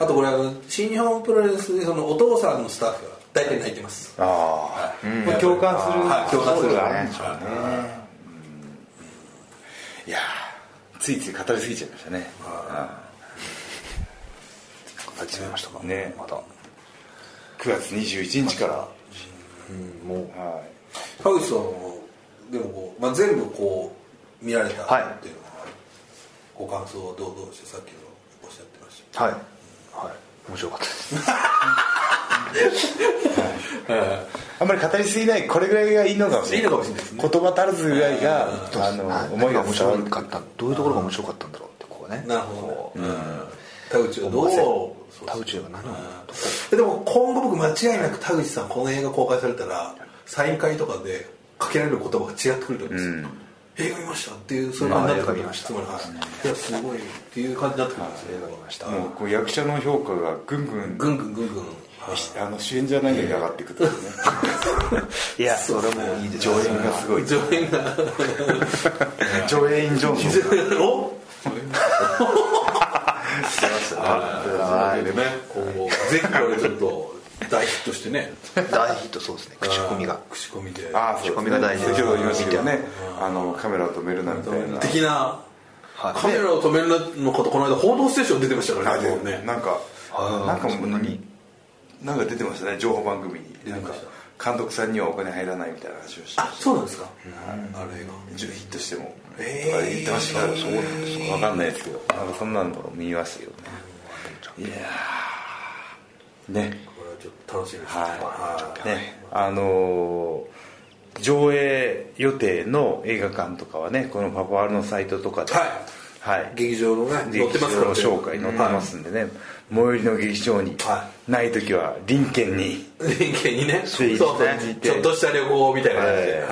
あとこれあの新日本プロレスでそのお父さんのスタッフが大体泣いてます、
あ
はい
あ、まあ共感する、
はい共感する
そうだね
はい
いやーついつい語りすぎちゃいましたね
始めましたか
ね
また
9月21日から、
もう
は
田口さんはでもこう、まあ、全部こう見られた
はい
っていうのは、ご感想はどうどうしてさっきのおっしゃってました
はいはい面白かったです
い、あんまり語りすぎないこれぐらいがいいのかもしれない
いいのかもしれないですね
言葉足らずぐらいが、あの、
はい
思いが
面
伝わ
白
る
かったどういうところが面白かったんだろうってこうね
なるほ
こう
どね、うん、田口はどうそう
田口は何を
でも今後僕間違いなく田口さんこの映画公開されたらサイン会とかでかけられる言葉が違ってくると思うんですよ、映画見ましたっていうそういう感じになってくる
あ映画見ました
つまりはいいやすごいっていう感じになってくるんですよ映画見ました
もうこう役者の評価がぐんぐん
ぐんぐんぐんぐん
あの主演じゃないのに上がっていくというね
いやそれもいいで す
上演がすごい
上演が
上演員ジョンソン
お
はい
ね今後ぜひこれちょっと大ヒットしてね
大ヒットそうですね口コミが
口コミで
ああそう
仕込みが大事
先ほど言いましたけどねあのカメラを止めるなみたいな
的な
はい
カメラを止めるなのことこの間「報道ステーション」出てましたから
あ
ねも
で
うね
なんかなんかもう
そんなに
なんか出てましたね情報番組に
出てまし
なん
た
か監督さんにはお金入らないみたいな話をして
あそうなんですかあれが
ヒットしてもとか
え
言
ー
ってましたからそうなんですか分かんないですけどなんかそんなのを見ましたけどねいやーね
これはちょっと楽しみですね
はい、ね、あのー上映予定の映画館とかはねこのパパワールのサイトとかで、
は
はい
劇場のね載って
劇場
ますからね
紹介載ってますんでね、最寄りの劇場に、
は
ない時は隣県に
人間にね
そう
そう
いいですね
ちょっとした旅行みたいな感じで
はい
はい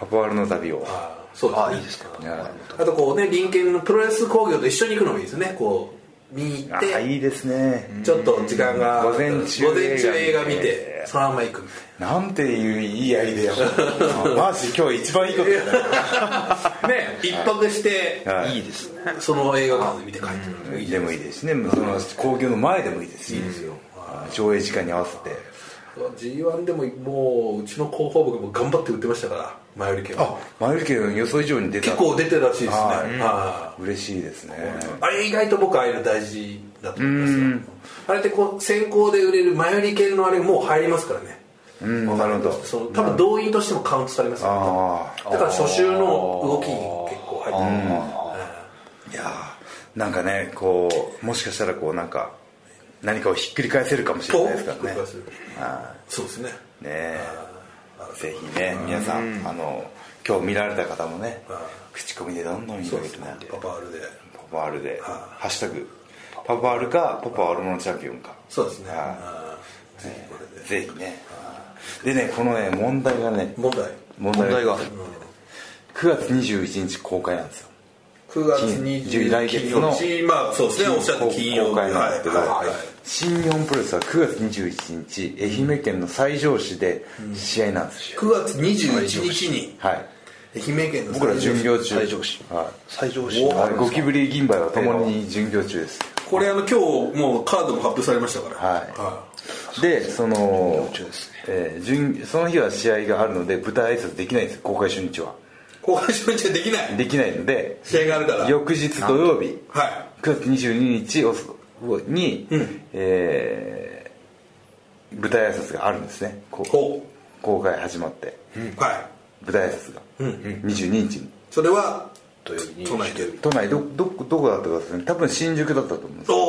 パパワールの旅を、
あーそう
あ
で
いい
すね
ですか
は
あとこうね林間のプロレス工業と一緒に行くのもいいですねこう見に行っ
い、あ
て
いいですね、
ちょっと時間が
午前中
午前中映画見
映画見
て
て
そのまま行くみたい
なんていういいアイデア マジ今日一番いいこと言った
なね一泊して
はい
いいですね
その映画館で見て帰ってくる
でもいいですしねその興行の前でもいいですし、はい上映時間に合わせて
G1 でももううちの広報部がもう頑張って売ってましたから前より券は
あ前売り券予想以上に出た
結構出てるらしいですね
は
は
嬉しいですね
いあれ意外と僕ああいうの大事だと思いますよあれってこう先行で売れる前売り券のあれもう入りますからね
うんなるほど
その多分動員としてもカウントされますよ
あ
だから初週の動きに結構入って
い
る
やーなんかねこうもしかしたらこうなんか何かをひっくり返せるかもしれないですか
と
らね
あそうですね
ねぜひね皆さんあの今日見られた方もね口コミでどんどん広げてね
パパあるで
パパワールで「ハッシュタグパパワール」か「パパワールものチャンピオン」か
そうですね
はい
うんぜひこれで
ぜひねでねこのね問題がね
問題
問
問題が
9月21日公開なんですよ
9月
金
20
来月の
金曜日まあそうですねおっしゃった金曜日
公開なんですけど、
はいはいはい
新日本プロレスは9月21日愛媛県の西条市で試合なんですよ、
9月21日に
はい
愛媛県の
僕ら巡業中
西条市
は
最上
い
心
はいゴキブリ銀杯は共に巡業中です
これあの今日もうカードも発表されましたから
はいでその
中ですね
えー巡その日は試合があるので舞台挨拶できないんですよ公開初日は
公開初日はできない
できないので
試合があるから
翌日土曜日
は
9月22日をに、えー舞台挨拶があるんですねこう
ほ
公開始まって、
いは
舞台挨拶が、22日に
いそれは
土曜日に
都内で
都内どどこどこだったかですね多分新宿だったと思うんです
お
よ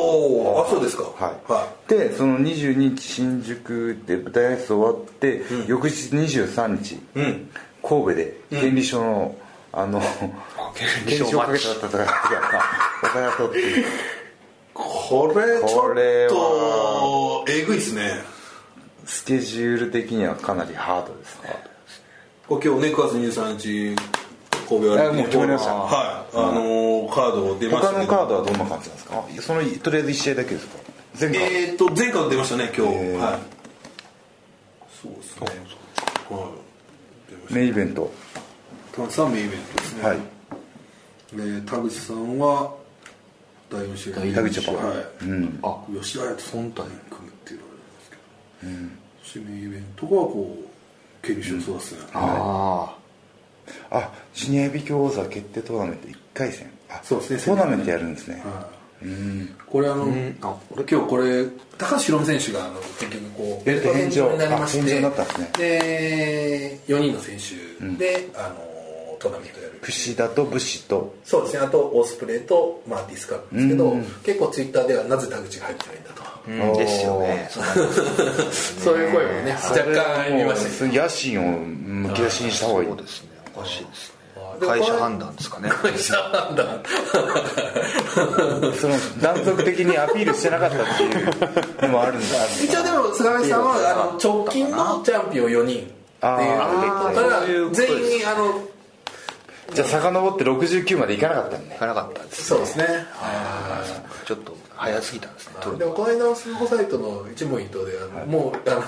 おあそうですか
はい、
は
でその22日新宿で舞台挨拶終わって、翌日23日、
ん
神戸で権利書の、あの権利書をかけた戦いが岡田とっていう
これち
これ
ょっとえぐいですね
スケジュール的にはかなりハードですね
これ今日ね9月23日神戸アリーナ
あもう決まりました
はいあのーカード出まし
他
た
の
け
カ
ど
ードはどんな感じなんですかそのとりあえず1試合だけですか全回
えー、と前回も出ましたね今日、はいそうですねはい出まし
メインイベント
た田口さんメインイベントですね、
はい
えー田口さんは
第四試合
田口パパ
はい、あ吉田屋と忖度組っていうのがありますけど、指名イベントがこう蹴り賞そうですね、
あ
あシニアビ強王座決定トーナメント1回戦あ
そうですね
トーナメントやるんですね、
これあの、
あ
俺今日これ高橋宏美選手があの結局こう
ベルト返上
になりまし
あ返上
て
になったんですね
で4人の選手で、あのトーナメントやる
櫛田と武士と
そうですねあとオースプレイと、まあ、ディスカなんですけど、結構ツイッターではなぜ田口が入ってないんだと、
うんですよね
そういう声もね若干入りました
それはもう野心をむき出しにした方がいい
そうですねおかしいですね会社判断ですかね
なんだ
その断続的にアピールしてなかったっていうのもあるんです
一応でも菅波さんはあの直近のチャンピオン4人っていう
あ
それは全員あの
じゃあ遡って69までいかなかったん
い
ね
かなかったんです
そうですね
ちょっと早すぎたんですね取る
でもこの間のスマホサイトの一問一答であの、もうあの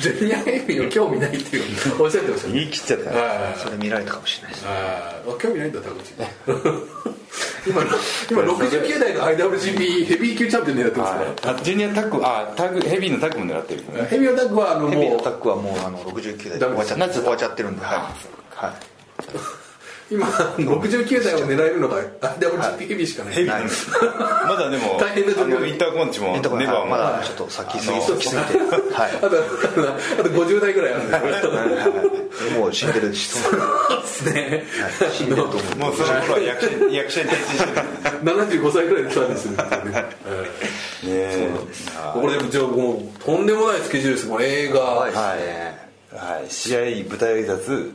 ジュニアヘビーの興味ないっていうおっしゃってましたね
言い切っちゃったね
あ
それ見られたかもしれないです
あ興味ないんだ田口 今今69代の IWGP ヘビー級チャンピオン狙ってますね
あジュニアタッグあタッグヘビーのタッグも狙ってるね
ヘビーのタッグはあの
ヘビー
も
の
う
タックはもうあの69代で
ダ
終
メ
わ
で
っ
す
ちゃって終わっちゃってるんではいはい
今69代を狙えるのが IWGP ヘビーしかない
ヘビーなんですまだでも
大変な状況
あのインターコンチも
え
ネ
っとはい
バーも
まだちょっと先すぎ
あ
す
の
ぎすぎては
あとあとあと50代ぐらいあるんですよ
いもう死んでるしそうな
です ね
死んでると思う
もうその頃は役者 に役者に転身してたね
75歳ぐらいでチャレンジするんですよね
え
これでもじゃあもうとんでもないスケジュールですもう映画、
怖いですね
はい試合舞台挨拶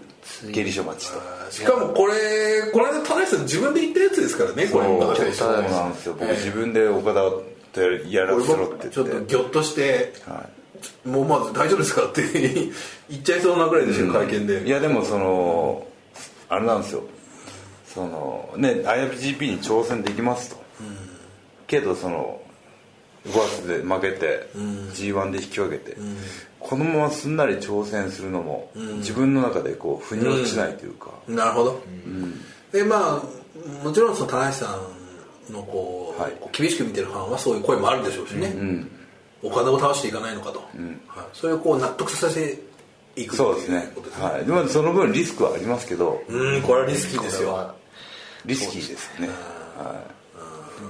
下痢所待ちと
しかもこれこの間田中さん自分で言ったやつですからねこれ
そう
田中
そ
さ
うんなんですよ僕自分で岡田とやらせろって言って
ちょっとギョッとして、もうまず大丈夫ですかって言っちゃいそうなぐらいでしょ会見で、
いやでもそのあれなんですよそのね IFGP に挑戦できますと、けどその5月で負けて、G1 で引き分けて、このまますんなり挑戦するのも、自分の中でこう腑に落ちないというか、
なるほど、でまあもちろんその田中さんのこう、
はい
こう厳しく見てるファンはそういう声もあるでしょうしね、お金を倒していかないのかと、はい、それをこう納得させていくって
そうです
い
ね
うことですね
はい、でもその分リスクはありますけど、
うんこれはリスキーですよ
リスキーですよね、は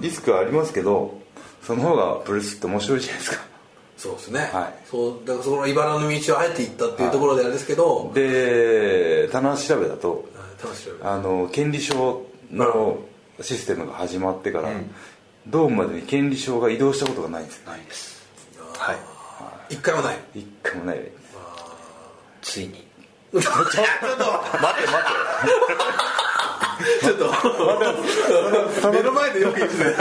い、リスクはありますけどその方がプロレスって面白いじゃないですか
そうですね、
はい
そうだからそこの茨の道をあえて行ったっていうところであれですけど、
で棚橋調べだと
楽しみ
あの権利証のシステムが始まってから、ドームまでに権利証が移動したことがないんですよ
ないですはい
一回も ない
一回もないで
ついに
ちょっと目の前でよく言ってたよ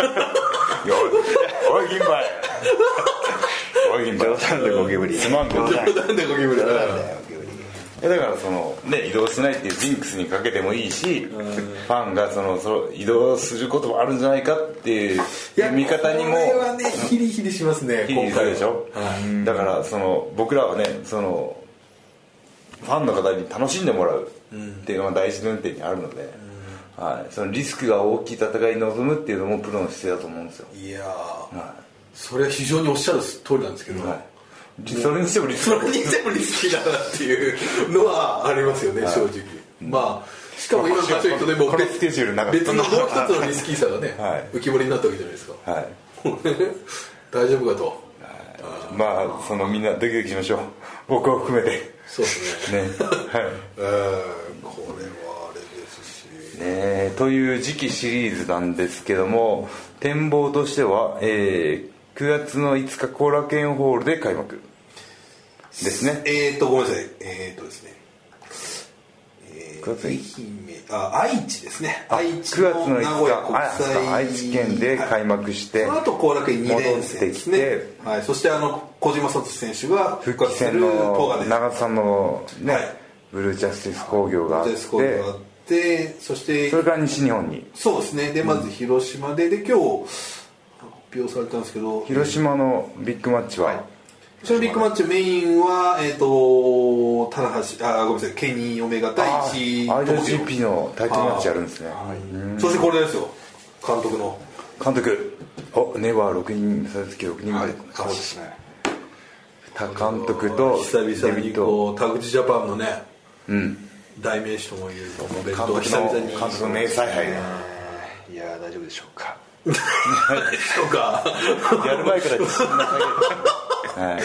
おいおい銀杯おい銀杯冗談でゴキブリすまんことない
なんでゴキブリ
えだからその、ね、移動しないっていうジンクスにかけてもいいし、ファンがそのその移動することもあるんじゃないかっていう見方にも
これはねヒリヒリしますね
ヒリヒリするでし
ょ
ょ、だからその僕らはねそのファンの方に楽しんでもらうっていうのが大事な運転にあるので、はい、そのリスクが大きい戦いに臨むっていうのもプロの姿勢だと思うんですよ、
いやーそれは非常におっしゃる通りなんですけど
はい、それにしてもリス
そ
ク
れにしてもリスキーだなっていうのはありますよね正直まあしかも今の話を言うとでも
このスケジュールなかった
別のもう一つのリスキーさがね
はい
浮き彫りになったわけじゃないですか
はい
大丈夫かと
まあそのみんなドキドキしましょう僕を含めて
そうですね
ねはい
うんこれはあれですし
ねえという次期シリーズなんですけども展望としては、えー9月の5日後楽園ホールで開幕ですね
えーっとごめんなさいえーっとですねえ
9月
ー、愛媛あ愛知ですね愛
9
知
月
の
の
名古屋
5
国
日あそう
際
か愛知県で開幕して、
その後後楽園2年生ですね
戻ってき
はい、そしてあの小島聡選手が
復
復
帰
活す
戦
るトガ
の
です
長田さんのね、
はい
ブルージャスティス工業があっ
テ
て
スコーがあってそして
それから西日本に
そうですねでまず広島でで今日発表されたんですけど
広島のビッグマッチは、
そのビッグマッチメインはえーっ、と棚橋あごめんなさいケニー・オメガ対
あ
1
IWGP のタイトルマッチやるんですね
そしてこれですよ監督の
監督おネバー6人最月6人目、
そうですね
他監督と
久々
デビ
に
ッド
こう田口ジャパンのね、代名詞とも言うお弁
監
当を
督
久
の
々に
監督の名采配が
いやー大丈夫でしょうか
とか
やる前から自信なさげ、はい、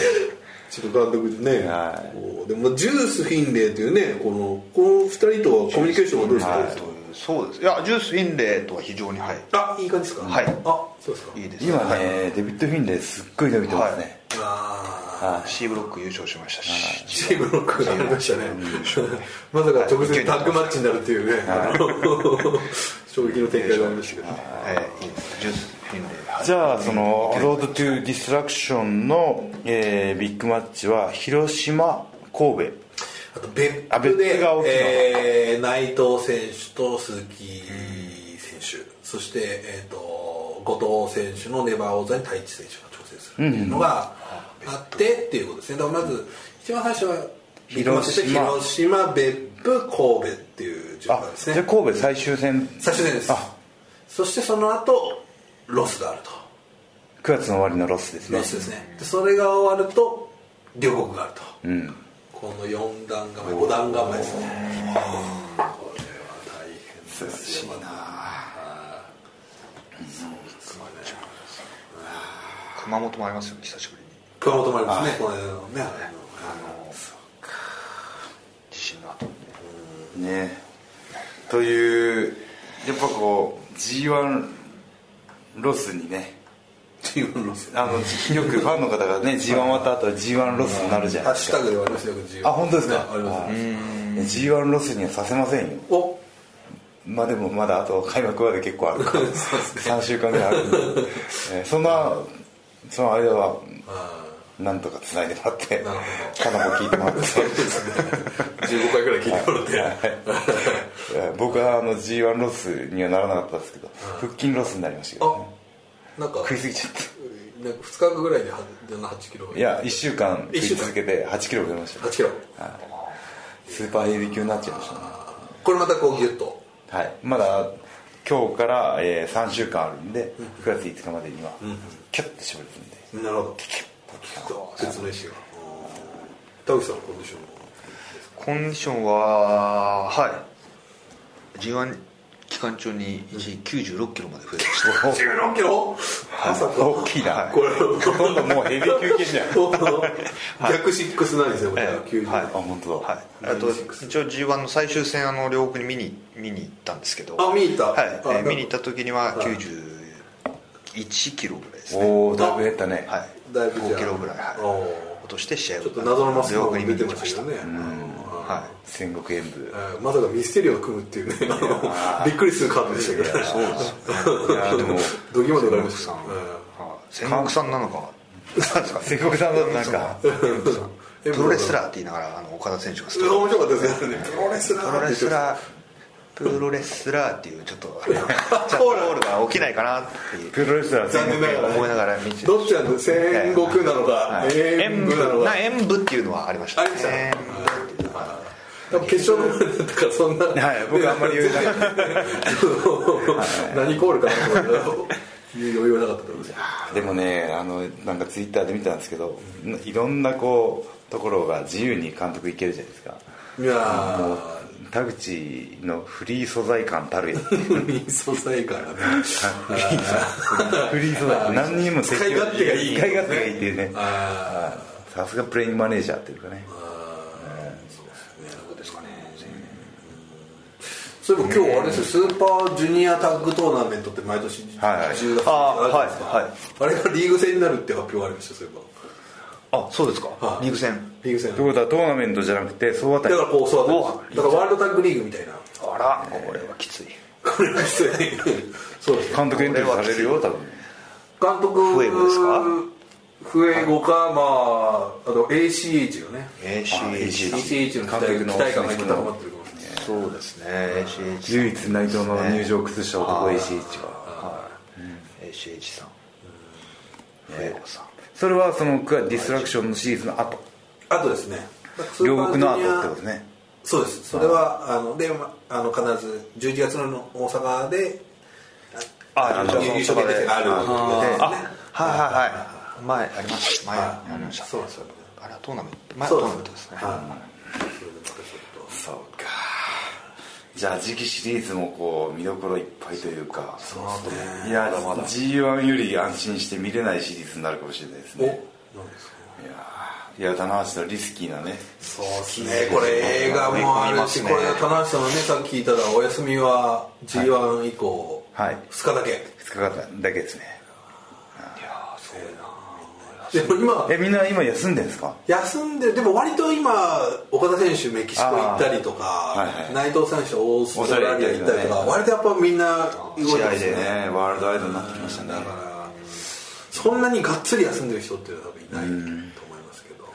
ちょっと監督でね、
はい
こうでもジュースフィンレイというねこのこの二人とはコミュニケーションはどうですか、
そうですいやジュースインレイとは非常にはい
あいい感じですか
はい
あそうですか
いいです
今ね、
はい
デビッド・フィンレイすっごい伸びてますね、
あ
はい
C ブロック優勝しましたし
ーチームロックがありましたね まさか直前タッグマッチになるっていうね、 衝撃の展開がありましたけど、
えーいいですジュースフィンレイはい
じゃあその「ロード・トゥ・ディストラクションの」えービッグマッチは広島神戸
あと別
あ別
府で
府が大きな
えー内藤選手と鈴木選手そして、えー、と後藤選手のネバー王座に太一選手が挑戦するっていうのがあってっていうことですねだからまず一番最初は
広島
広島別府神戸っていう順
あ
番です
じ
ね
ゃあ神戸最終戦
最終戦です
あ
そしてその後ロスがあると
9月の終わりのロスですね
ロスですねでそれが終わると両国があると、この4段構え5段構えですねこれは大変ですよ
熊本もありますよね久しぶりに
熊本もありますねこの間のね
地震の後
ねというやっぱこう G1 ロスにね
チームロス
あのよくファンの方がね G1 終わった後は G1 ロスになるじゃ
ハ
ない
ッ
です
シュ
か
タグではありましたよ自由
あ本当ですか
ありますね
G1 ロスにはさせませんよ
お
まあでもまだあと開幕まで結構ある から
そうですね
3週間ぐらいあ るんで、えーそんなその間は
あ
なんとかつないでもらって
なる
カナも聞いてもらって
ー15回ぐらい聞いてもらって
えー僕はあの G1 ロスにはならなかったですけど腹筋ロスになりましたけど、ね、
あなんか
食いすぎちゃっ
なんか2日ぐらいでは8キロ
たいや1週間食い
一週間
続けて8キロ増えました
8キロ
スーパーヘビー級になっちゃいましたね
これまたこうギュッと
はいまだ今日から、えー、3週間あるんで9月5日までにはキュッと絞れてるんで
なるほど説明しよう田口さんのコンディションも
コンディションははい G1 期間中に一時96キロまで増えました
16キロまさか
大きいな
これ
ほとんどもうヘビー級系じ ゃん
逆シックスなんですよこれ
ええ
90
はい
あ本当だ、
はい、あと一応 G1 の最終戦あの両国に見に見に行ったんですけど
あ見に行った
はい
あ
えー見に行った時には91キロぐらいですね
おおだいぶ減ったね、
はい
だいぶじゃあ
5キロぐらい、
お
は
ー
い、落として試合を
ちょっと謎のマスク
両
も
国に
出
見
てま
に行きま
し
したた
よね
は
戦国演武
えーまさかミステリオを組むっていうねびっくりするカードでしたけど
いそうです
いや でも
どぎまでかりました
戦国さんはい戦国さんなのかなんですか
戦国さんだなんか
プロレスラーって言いながらあの岡田選手がス
う
ト
ん面
ロー
白かったですねプロレスラ
プ
ー
ロレスラープロレスラーっていうちょっと あのジャックホールが起きないかなっていう
プロレスラー
残念ながら
思いながら見て
どっちなんだ戦国なのか演
演
武なの
舞
か
な演舞っていうのはありました
ありましたね
演舞
多分決勝の前だったからそんな、
はい僕あんまり言えなか
った 何コールかなと思ったら言う余裕はなかったと思うんですよ
でもねあのなんかツイッターで見たんですけどいろんなこうところが自由に監督いけるじゃないですか
いや
田口のフリー素材感たるやフ
ー民素材からね
リー素材何人も適
使い勝手がいい
使い勝手がいいっていうね
あ
さすがプレイングマネージャーっていうかね
ーそういえば今日あれですよスーパージュニアタッグトーナメントって毎年10月
はいはい
にあ
あー
るじゃないですかあれがリーグ戦になるって発表ありましたそういえ
あそうですか
はい
肉戦
ばリーグ戦
ということはトーナメントじゃなくて総当た
だ
り
からこうそうだからワールドタッグリーグみたいな
あらこれはきつい
これが必要にそうですね
監督エントリーされるよ多分
監督
フエゴですか
フエゴか、まああと ACH がね
ACH
ACH の期待
監督の
期待感が今高まってるかもしれない
そうですね ACH
唯一内藤の入場を崩した男 ACH は
ACH さんフエゴさん
それはその僕はディストラクションのシリーズの後
あとですね
両国の
スー
後って
パージュニア
ことね
そうですそれはあので、まあ、あの必ず11月の大阪であ
あ
の優勝決定戦がある
あはいはいはい前ありました前ありました
そうそう
あれはトーナメント前は
そう
トーナメントですね
はいそれでまたちょっと
そうかじゃあ次期シリーズもこう見どころいっぱいというかそうですねいや G1 より安心して見れないシリーズになるかもしれないです
お
ね
何ですか
いやーいや棚橋のリスキーなね
そうですねこれ映画もあるし、
追い込みますね
これ棚橋さんのねさっき聞いたらお休みは g 1以降、
はい
2日だけ
2日間だけですね
でも今
えみんな今休んでんですか
休んででも割と今岡田選手メキシコ行ったりとか、
はいはい
内藤選手オーストラリア行ったりと
オース
か、
トラリア行ったりとかね
割とやっぱみんな動いてます
ね
ね
ワールドアイドルになってきましたね
だからそんなにがっつり休んでる人っていうのは多分いないと思いますけど、
ね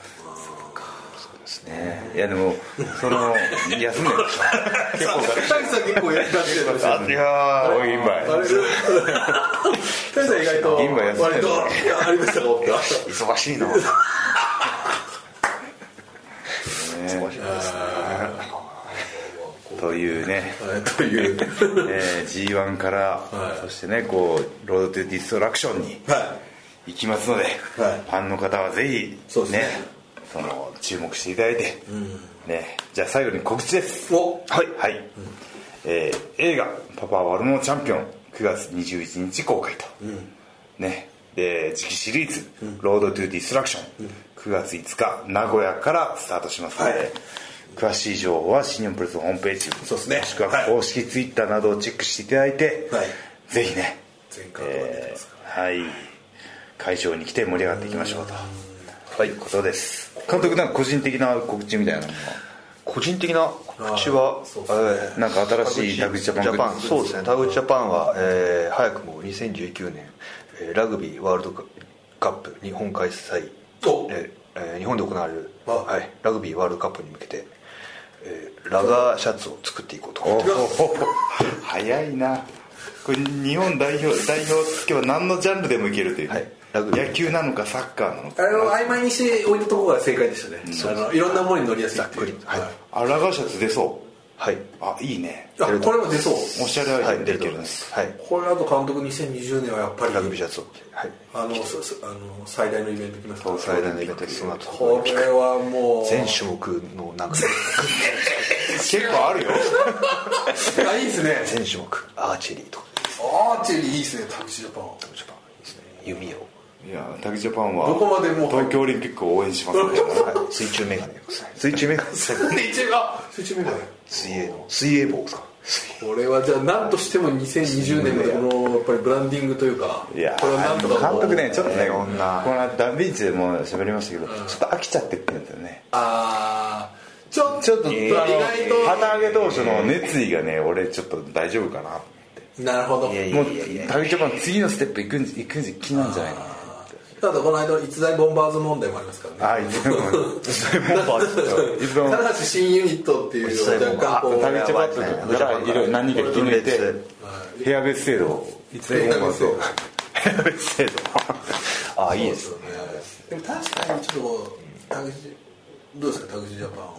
いやでもその休んでるんですか
結構大さん結構やってらっしゃるんですよ
いや
おい銀
あ
杯
れ大さん意外と
銀杯休んでる
割といやありましたか僕は
ー忙しいな忙しいですね
というね、
はいという
えー G1 から、
はい
そしてねこうロードトゥディストラクションに
は
行きますので、
はい
ファンの方はぜひ
そうですね
その注目していただいて、ね、じゃあ最後に告知です
いお
はい、はいえー映画「パパは悪者チャンピオン」9月21日公開と、ねで次期シリーズ「ロード・トゥ・ディストラクション」9月5日名古屋からスタートしますので、
はい
詳しい情報は新日本プロレスのホームページ
そうですね
もしく
は
はい公式ツイッターなどをチェックしていただいて、
はい
ぜひね
前回とか出てますか
はい会場に来て盛り上がっていきましょうとはいことです監督なんか個人的な告知みたいなのは
個人的な告知は
そうですね
えー
なんか新しいダグジャパングッズ
そうですねダグジャパンは、えー早くも2019年えーラグビーワールドカップ日本開催
お
えーえー日本で行われる、
あ
はい、ラグビーワールドカップに向けて、えーラガーシャツを作っていこうと思ってます
おお早いなこれ日本代表代表つけば何のジャンルでもいけるという、
はいラグビー
野球なのかサッカーなの
あ
か
れを曖昧にして置いたところが正解でしたね、あのいろんなものに乗りやすいっていう
はい
はい
あラガーシャツ出そう
はい
あいいね
あこれも出そう
おしゃれア
は
イテ
い
ム
出
でい
ると
け
思
る
い
ね
ます、はい、
これだと監督2020年はやっぱり
ラグビーシャツをはい
あのそそあの最大のイベント来ますから
最大のイベントですその後
これはもう
全種目のなん か
結構あるよ
あいいですね
全種目アーチェリーとか
アーチェリーいいですねタクシージャパン
ダグジャパンいいですね弓を
いやタグジャパンは
どこまでも
東京オリンピックを応援しますね
はい、水中メガネで すね水中メガネ
で一応あ集中メガネ
水泳の水泳帽ですか
これはじゃあ何としても2020年までこのやっぱりブランディングというか
いや
これはなんとか
監督ねちょっとね
えー
こんな
女
このダヴィンチでも喋りましたけど、ちょっと飽きちゃってってるんですよね
あーちょ
ちょっと、
意外と
旗揚げ当初の熱意がね俺ちょっと大丈夫かな
なるほど
もう旅ジャパン次のステップ行くんじ行くんじ気なんじゃないか
ただこの間の逸材ボンバーズ問題もありますからね
なあいつも いつも
ただし新ユニットっていうのを若干こう
旅ジャパンとかがいろいろ何人か引き抜いてヘアベース制度をいつでもまずヘアベース制度
ああいいです
ねでも確かにちょっとこうタグジどうですかタグジジャパンは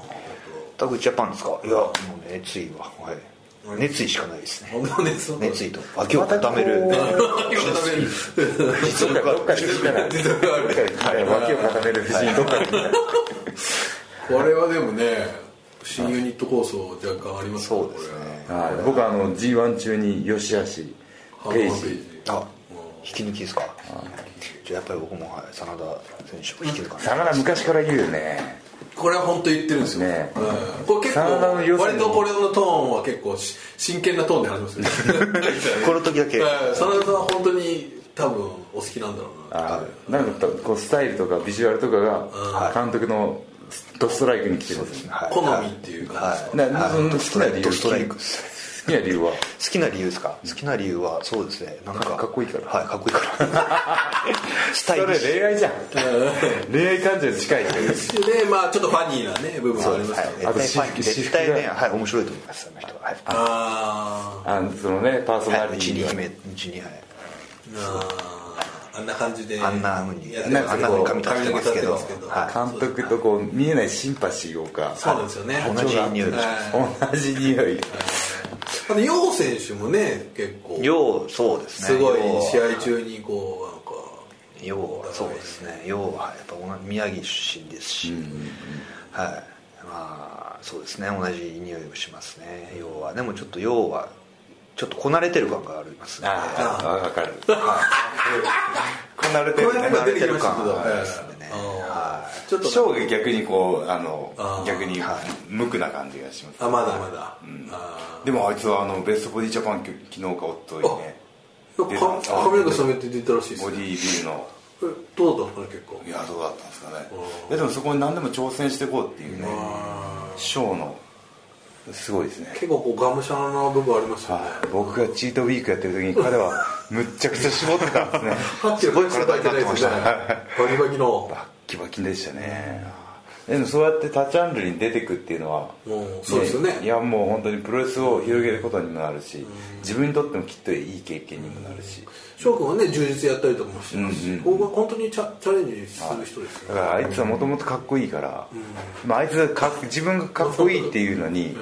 タグジャパンですかいやもう熱意ははい熱意しかないですね
本当ねその
熱意と脇を固め
どっ
る
かどっかで聞いたら脇を固める夫人どっかで
これはでもね新ユニット構想若干あります
そうですね
僕あの G1 中に吉橋
こ
ペ
れ
イ
ハンドペ
ジ
ージ
あ引き抜きですかじゃあやっぱり僕もはい真田選手を引き抜かない
真田昔から言うよね
これは本当言ってるんですよ、
ね
うんこれ結構
真田の良さに
割 とこれのトーンは結構し真剣なトーンで話しますよ
この時だけ
はい真田さんは本当に多分お好きなんだろうな
あなんかこうスタイルとかビジュアルとかが監督のドストライクに来てますよね
はい
好みっていう感じですか、
ななその好きな理由
ドストライク
好きな理由は
好きな理由ですか好きな理由はそうですねなんか
かっこいいから
はいかっこいいから スタイ
そ
ル
れ恋愛じゃん恋愛感情に近いという
でまあちょっとファニーなね部分もありますけど、
あと
絶対ファ
私服
ン絶対
私服
ね
が
はい面白いと思いますあの人ははい
あ
あのそのねパーソナ
はい
リ
う
テ
ち
ィ
に
が
姫うちにはい
ーあーあんな感じで
あんなふうに
やって
な
ま
ん
す
かあ
け
ん
ど
なふうに髪立ててますけ
髪立てて
ど
ます
は
監督とこう見えないシンパシーをか
そうなんですよね
同じ匂い
はい
同じ匂い
あと楊選手もね結構
ようそうですね
すごい
よう
試合中にこう
要はそうですね要はやっぱ同じ宮城出身ですし、はいまあそうですね同じ匂いをしますね要はでもちょっと要はちょっとこなれてる感がありますね
ああ分かるこなれて
なん
るね
かこれなんか出てきましたけど
慣れてる感はありますね
ええあーちょっと
ショーが逆にこうあの
あー
逆に無垢な感じがします
あまだまだ、あ
でもあいつはあのベストボディジャパン昨日かおっといね
ーなんかか髪の毛染めて出たらしいです
ボ
よ
ディビルの
えどうだったのかな結構
いやどうだったんですかねいやでもそこに何でも挑戦していこうっていうねショーのすごいですね
結構こうがむしゃらな部分ありますよね
はい僕がチートウィークやってる時に彼はむっちゃくちゃ絞ってたん ですね
はっきり声かけてないですよねバキバキの
バッキバキでしたねでもそうやって他ジャンルに出てくっていうのは
もうそうですよね
いやもう本当にプロレスを広げることにもなるし自分にとってもきっといい経験にもなるし
翔くんはね充実やったりとかもしてますし、ここは本当にチャチャレンジする人です
だ
よ
か
ね
らあいつはもともとかっこいいから、まあ、あいつがかっ自分がかっこいいっていうのに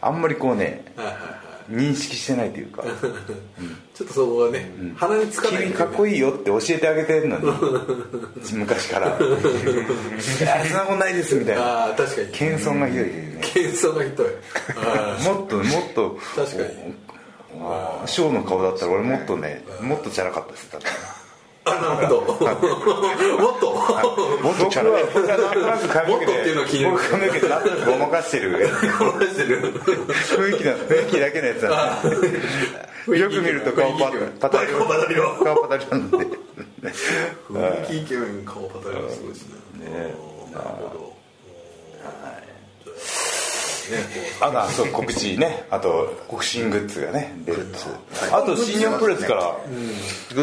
あんまりこうね
はいはいはい
認識してないというか
ちょっとそこがね、鼻につかない
君かっこいいよって教えてあげてるのに昔から「いやそんなことないです」みたいな
ああ確かに
謙遜がひどいというね
謙遜がひどいあ
もっともっと
確かに
おショーの顔だったら俺もっとねもっとチャラかったですだから
ーあ なるほどもっと、
もっとチャラい僕はなんとなく髪の毛
もっとっていうのは気に
で
なる
僕髪の毛でなんとなくごまかしてる
こなしてる
雰囲気な雰囲気だけのやつなんで よく見ると顔パパタリ
顔パタリロ
顔パタリなんで
雰囲気イケメン顔パタリがすごいですねおーなるほど
あとそう告知ねあと告信グッズがね出るとあと新日本プロレスから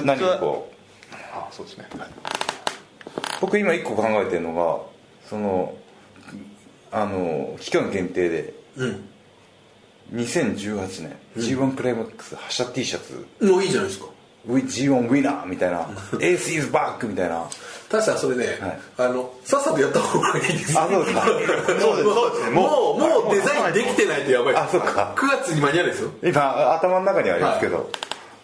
何をこう
あそうですね
僕今一個考えてるのがそのあの期間限定で、2018年 g 1クライマックス覇者 T シャツ
もういいじゃないですか
g 1ウィナーみたいな「エースイズバック」みたいなあ
確かにそれね、
はい
あのさっさとやった方がいいです
そうですか
そうですもうもうデザインできてないとやばいです
あそうか
9月に間に合うんですよ
今頭の中にはありますけど、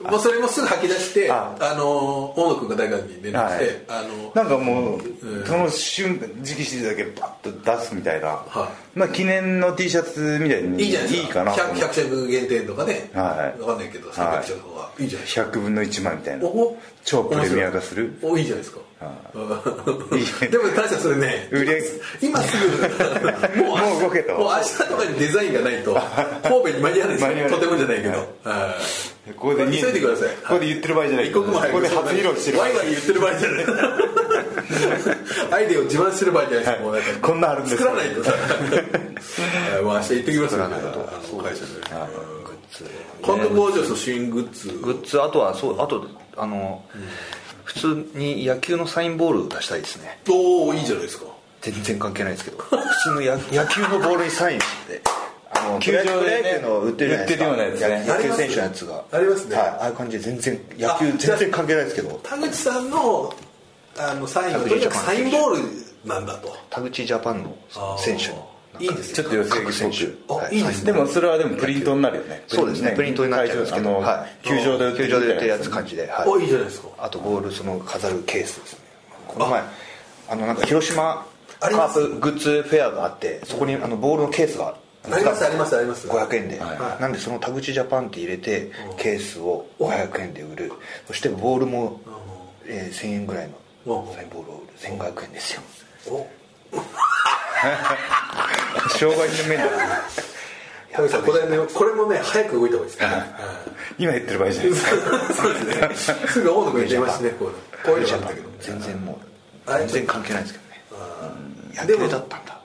もうそれもすぐ吐き出してあ
あ
のー大野君が大学に連絡
は
し
い
て、あの
なんかもう、その瞬間直筆だけパッと出すみたいな、
は
まあ、記念の T シャツみたいに
いいじゃないですか
かな
100, 100着限定とかね、
はい
わかんないけど
は
300
い
着とか、い、いじゃないですか
100分の1枚みたいな
おお
超プレミア化する
おいいじゃない ですか、うん
いいね
でも大したそれね
売り上
今すぐも
もう動けと
もう明日とかにデザインがないと神戸に間に合わないです
間に合
よ
わない
とてもじゃないけど、
はい
はい
ここでに
急いでください
ここで言ってる場合じゃない
一刻も
こ
早く
こで初披露してる
ワイワイ言ってる場合じ ゃないアイデアを自慢してる場合じゃないです、もうなんか
こんなあるんです
作らない とさはいもう明日行ってきますよ、ね、あの会社で監督はじゃあその新グッズ
グッズあとはそうあとあの、普通に野球のサインボールを出したいですね
おおいいじゃないですか
全然関係ないですけど普通の野野球のボールにサインしてあの
球場でね
プロ野球の売ってるじゃないで
売って
すか
るようなやつね
野球選手のやつが
ありますね
はいああいう感じで全然野
あ
球全然関係ないですけど
田口さんのあのサインは
田口
とにかく
ジャ
サ
パン
インボールなんだと
田口ジャパンの選手の
あーいいです
ちょっと寄せ書き
選手
っ
あ
ぽく
はい
いですね
でもそれはでもプリントになるよね
そうですねプリントになっちゃうんですけ
会場
ど、
あの
はい、
球場で売って
球
る
場で売ってるやつ感じで、はい、
おいいじゃないですか
あとボールその飾るケースですねこの前あのなんか広島カ
ありま
ー
す
プグッズフェアがあってそこにあのボールのケースが
ありますありますあります
500円で、
はい
なんでその田口ジャパンって入れてケースを500円で売るそしてボールも、えー1000円ぐらいのサインボールを売る1500円ですよ
お
障害の面だ
田口さんこれ,、ね、これもね早く動いた方がいいですね
今言ってる場合じゃないです か
そうですねすぐ大野君に出ましたねこうこういうのがあったけど
全然もう
あれ
全然関係ないですけ
あー
どね野
でも
球だったんだ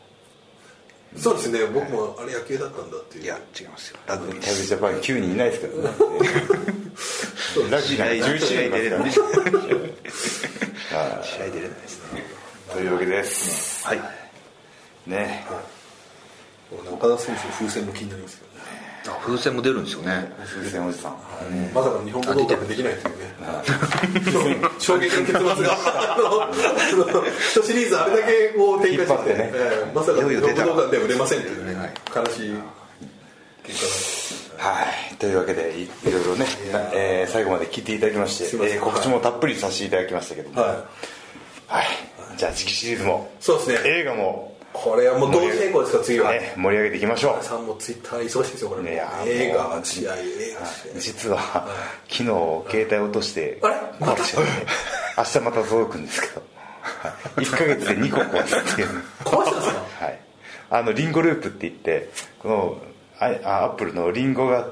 そうですね僕もあれ野球だったんだっていう
いや違いますよラグビーで
田口
す
ジャパン9人いないですからねラグビーなんか11人いますからね
試合出れないですね
というわけです
はい
ね
岡田選手の風船も気になりますけどね
あ風船も出るんですよね
風船おじさん
まさかの日本語合格できないというねそう衝撃の結末があのあの一シリーズあれだけこう展開してきて、
引っ張ってね
ええまさかの
いよ
日
い
本
よ出た
語合格では売れませんというね
はい
悲しい結果
はいというわけでいいろいろね、えー最後まで聞いていただきまして
すいません
えー告知もたっぷりさせていただきましたけども
は
はいじゃあ次期シリーズも
そうですね
映画も、
これはもう同時並行ですから次は、
ね、盛り上げていきましょう
さんもツイッター忙しいですよこれも
いやー
映
も
画
う
試合映画試合
実は昨日携帯落として
あれまた
壊しちゃって 明日また届くんですけど1か月で2個壊すっていう
壊したんですか
はいあのリンゴループって言ってこのああアップルのリンゴが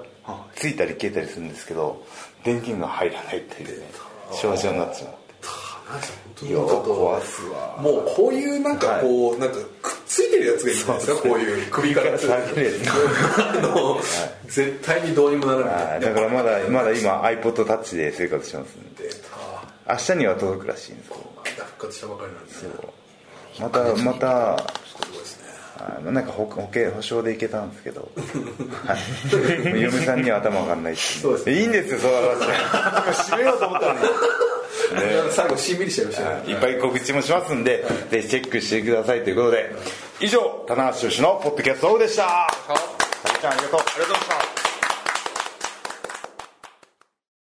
ついたり消えたりするんですけど電源が入らないっていうね症状になっちまって
本当に
いや
なんか
壊すわ
もうこういうなんかこう、なんかくっついてるやつがいいんじゃないですかこういう首からついて
下げるやつ
あの、絶対にどうにもならな
はいいだからまだまだ今 iPodTouch で生活してますんで
データ
明日には届くらしいんですけ
まだ復活したばかりなんですね
どまたまた
すごいですね
あのなんか保保険保証でいけたんですけど、 はい、嫁さんには頭わかんないって
そうです
いいんですよその話今締めようと思ったのに、
なんか最後しんみりしちゃいましたね
いっぱい告知もしますんでぜひチェックしてくださいということで以上棚橋宏のポッドキャストオフでした、はい、ちゃんありがとうありがとうございました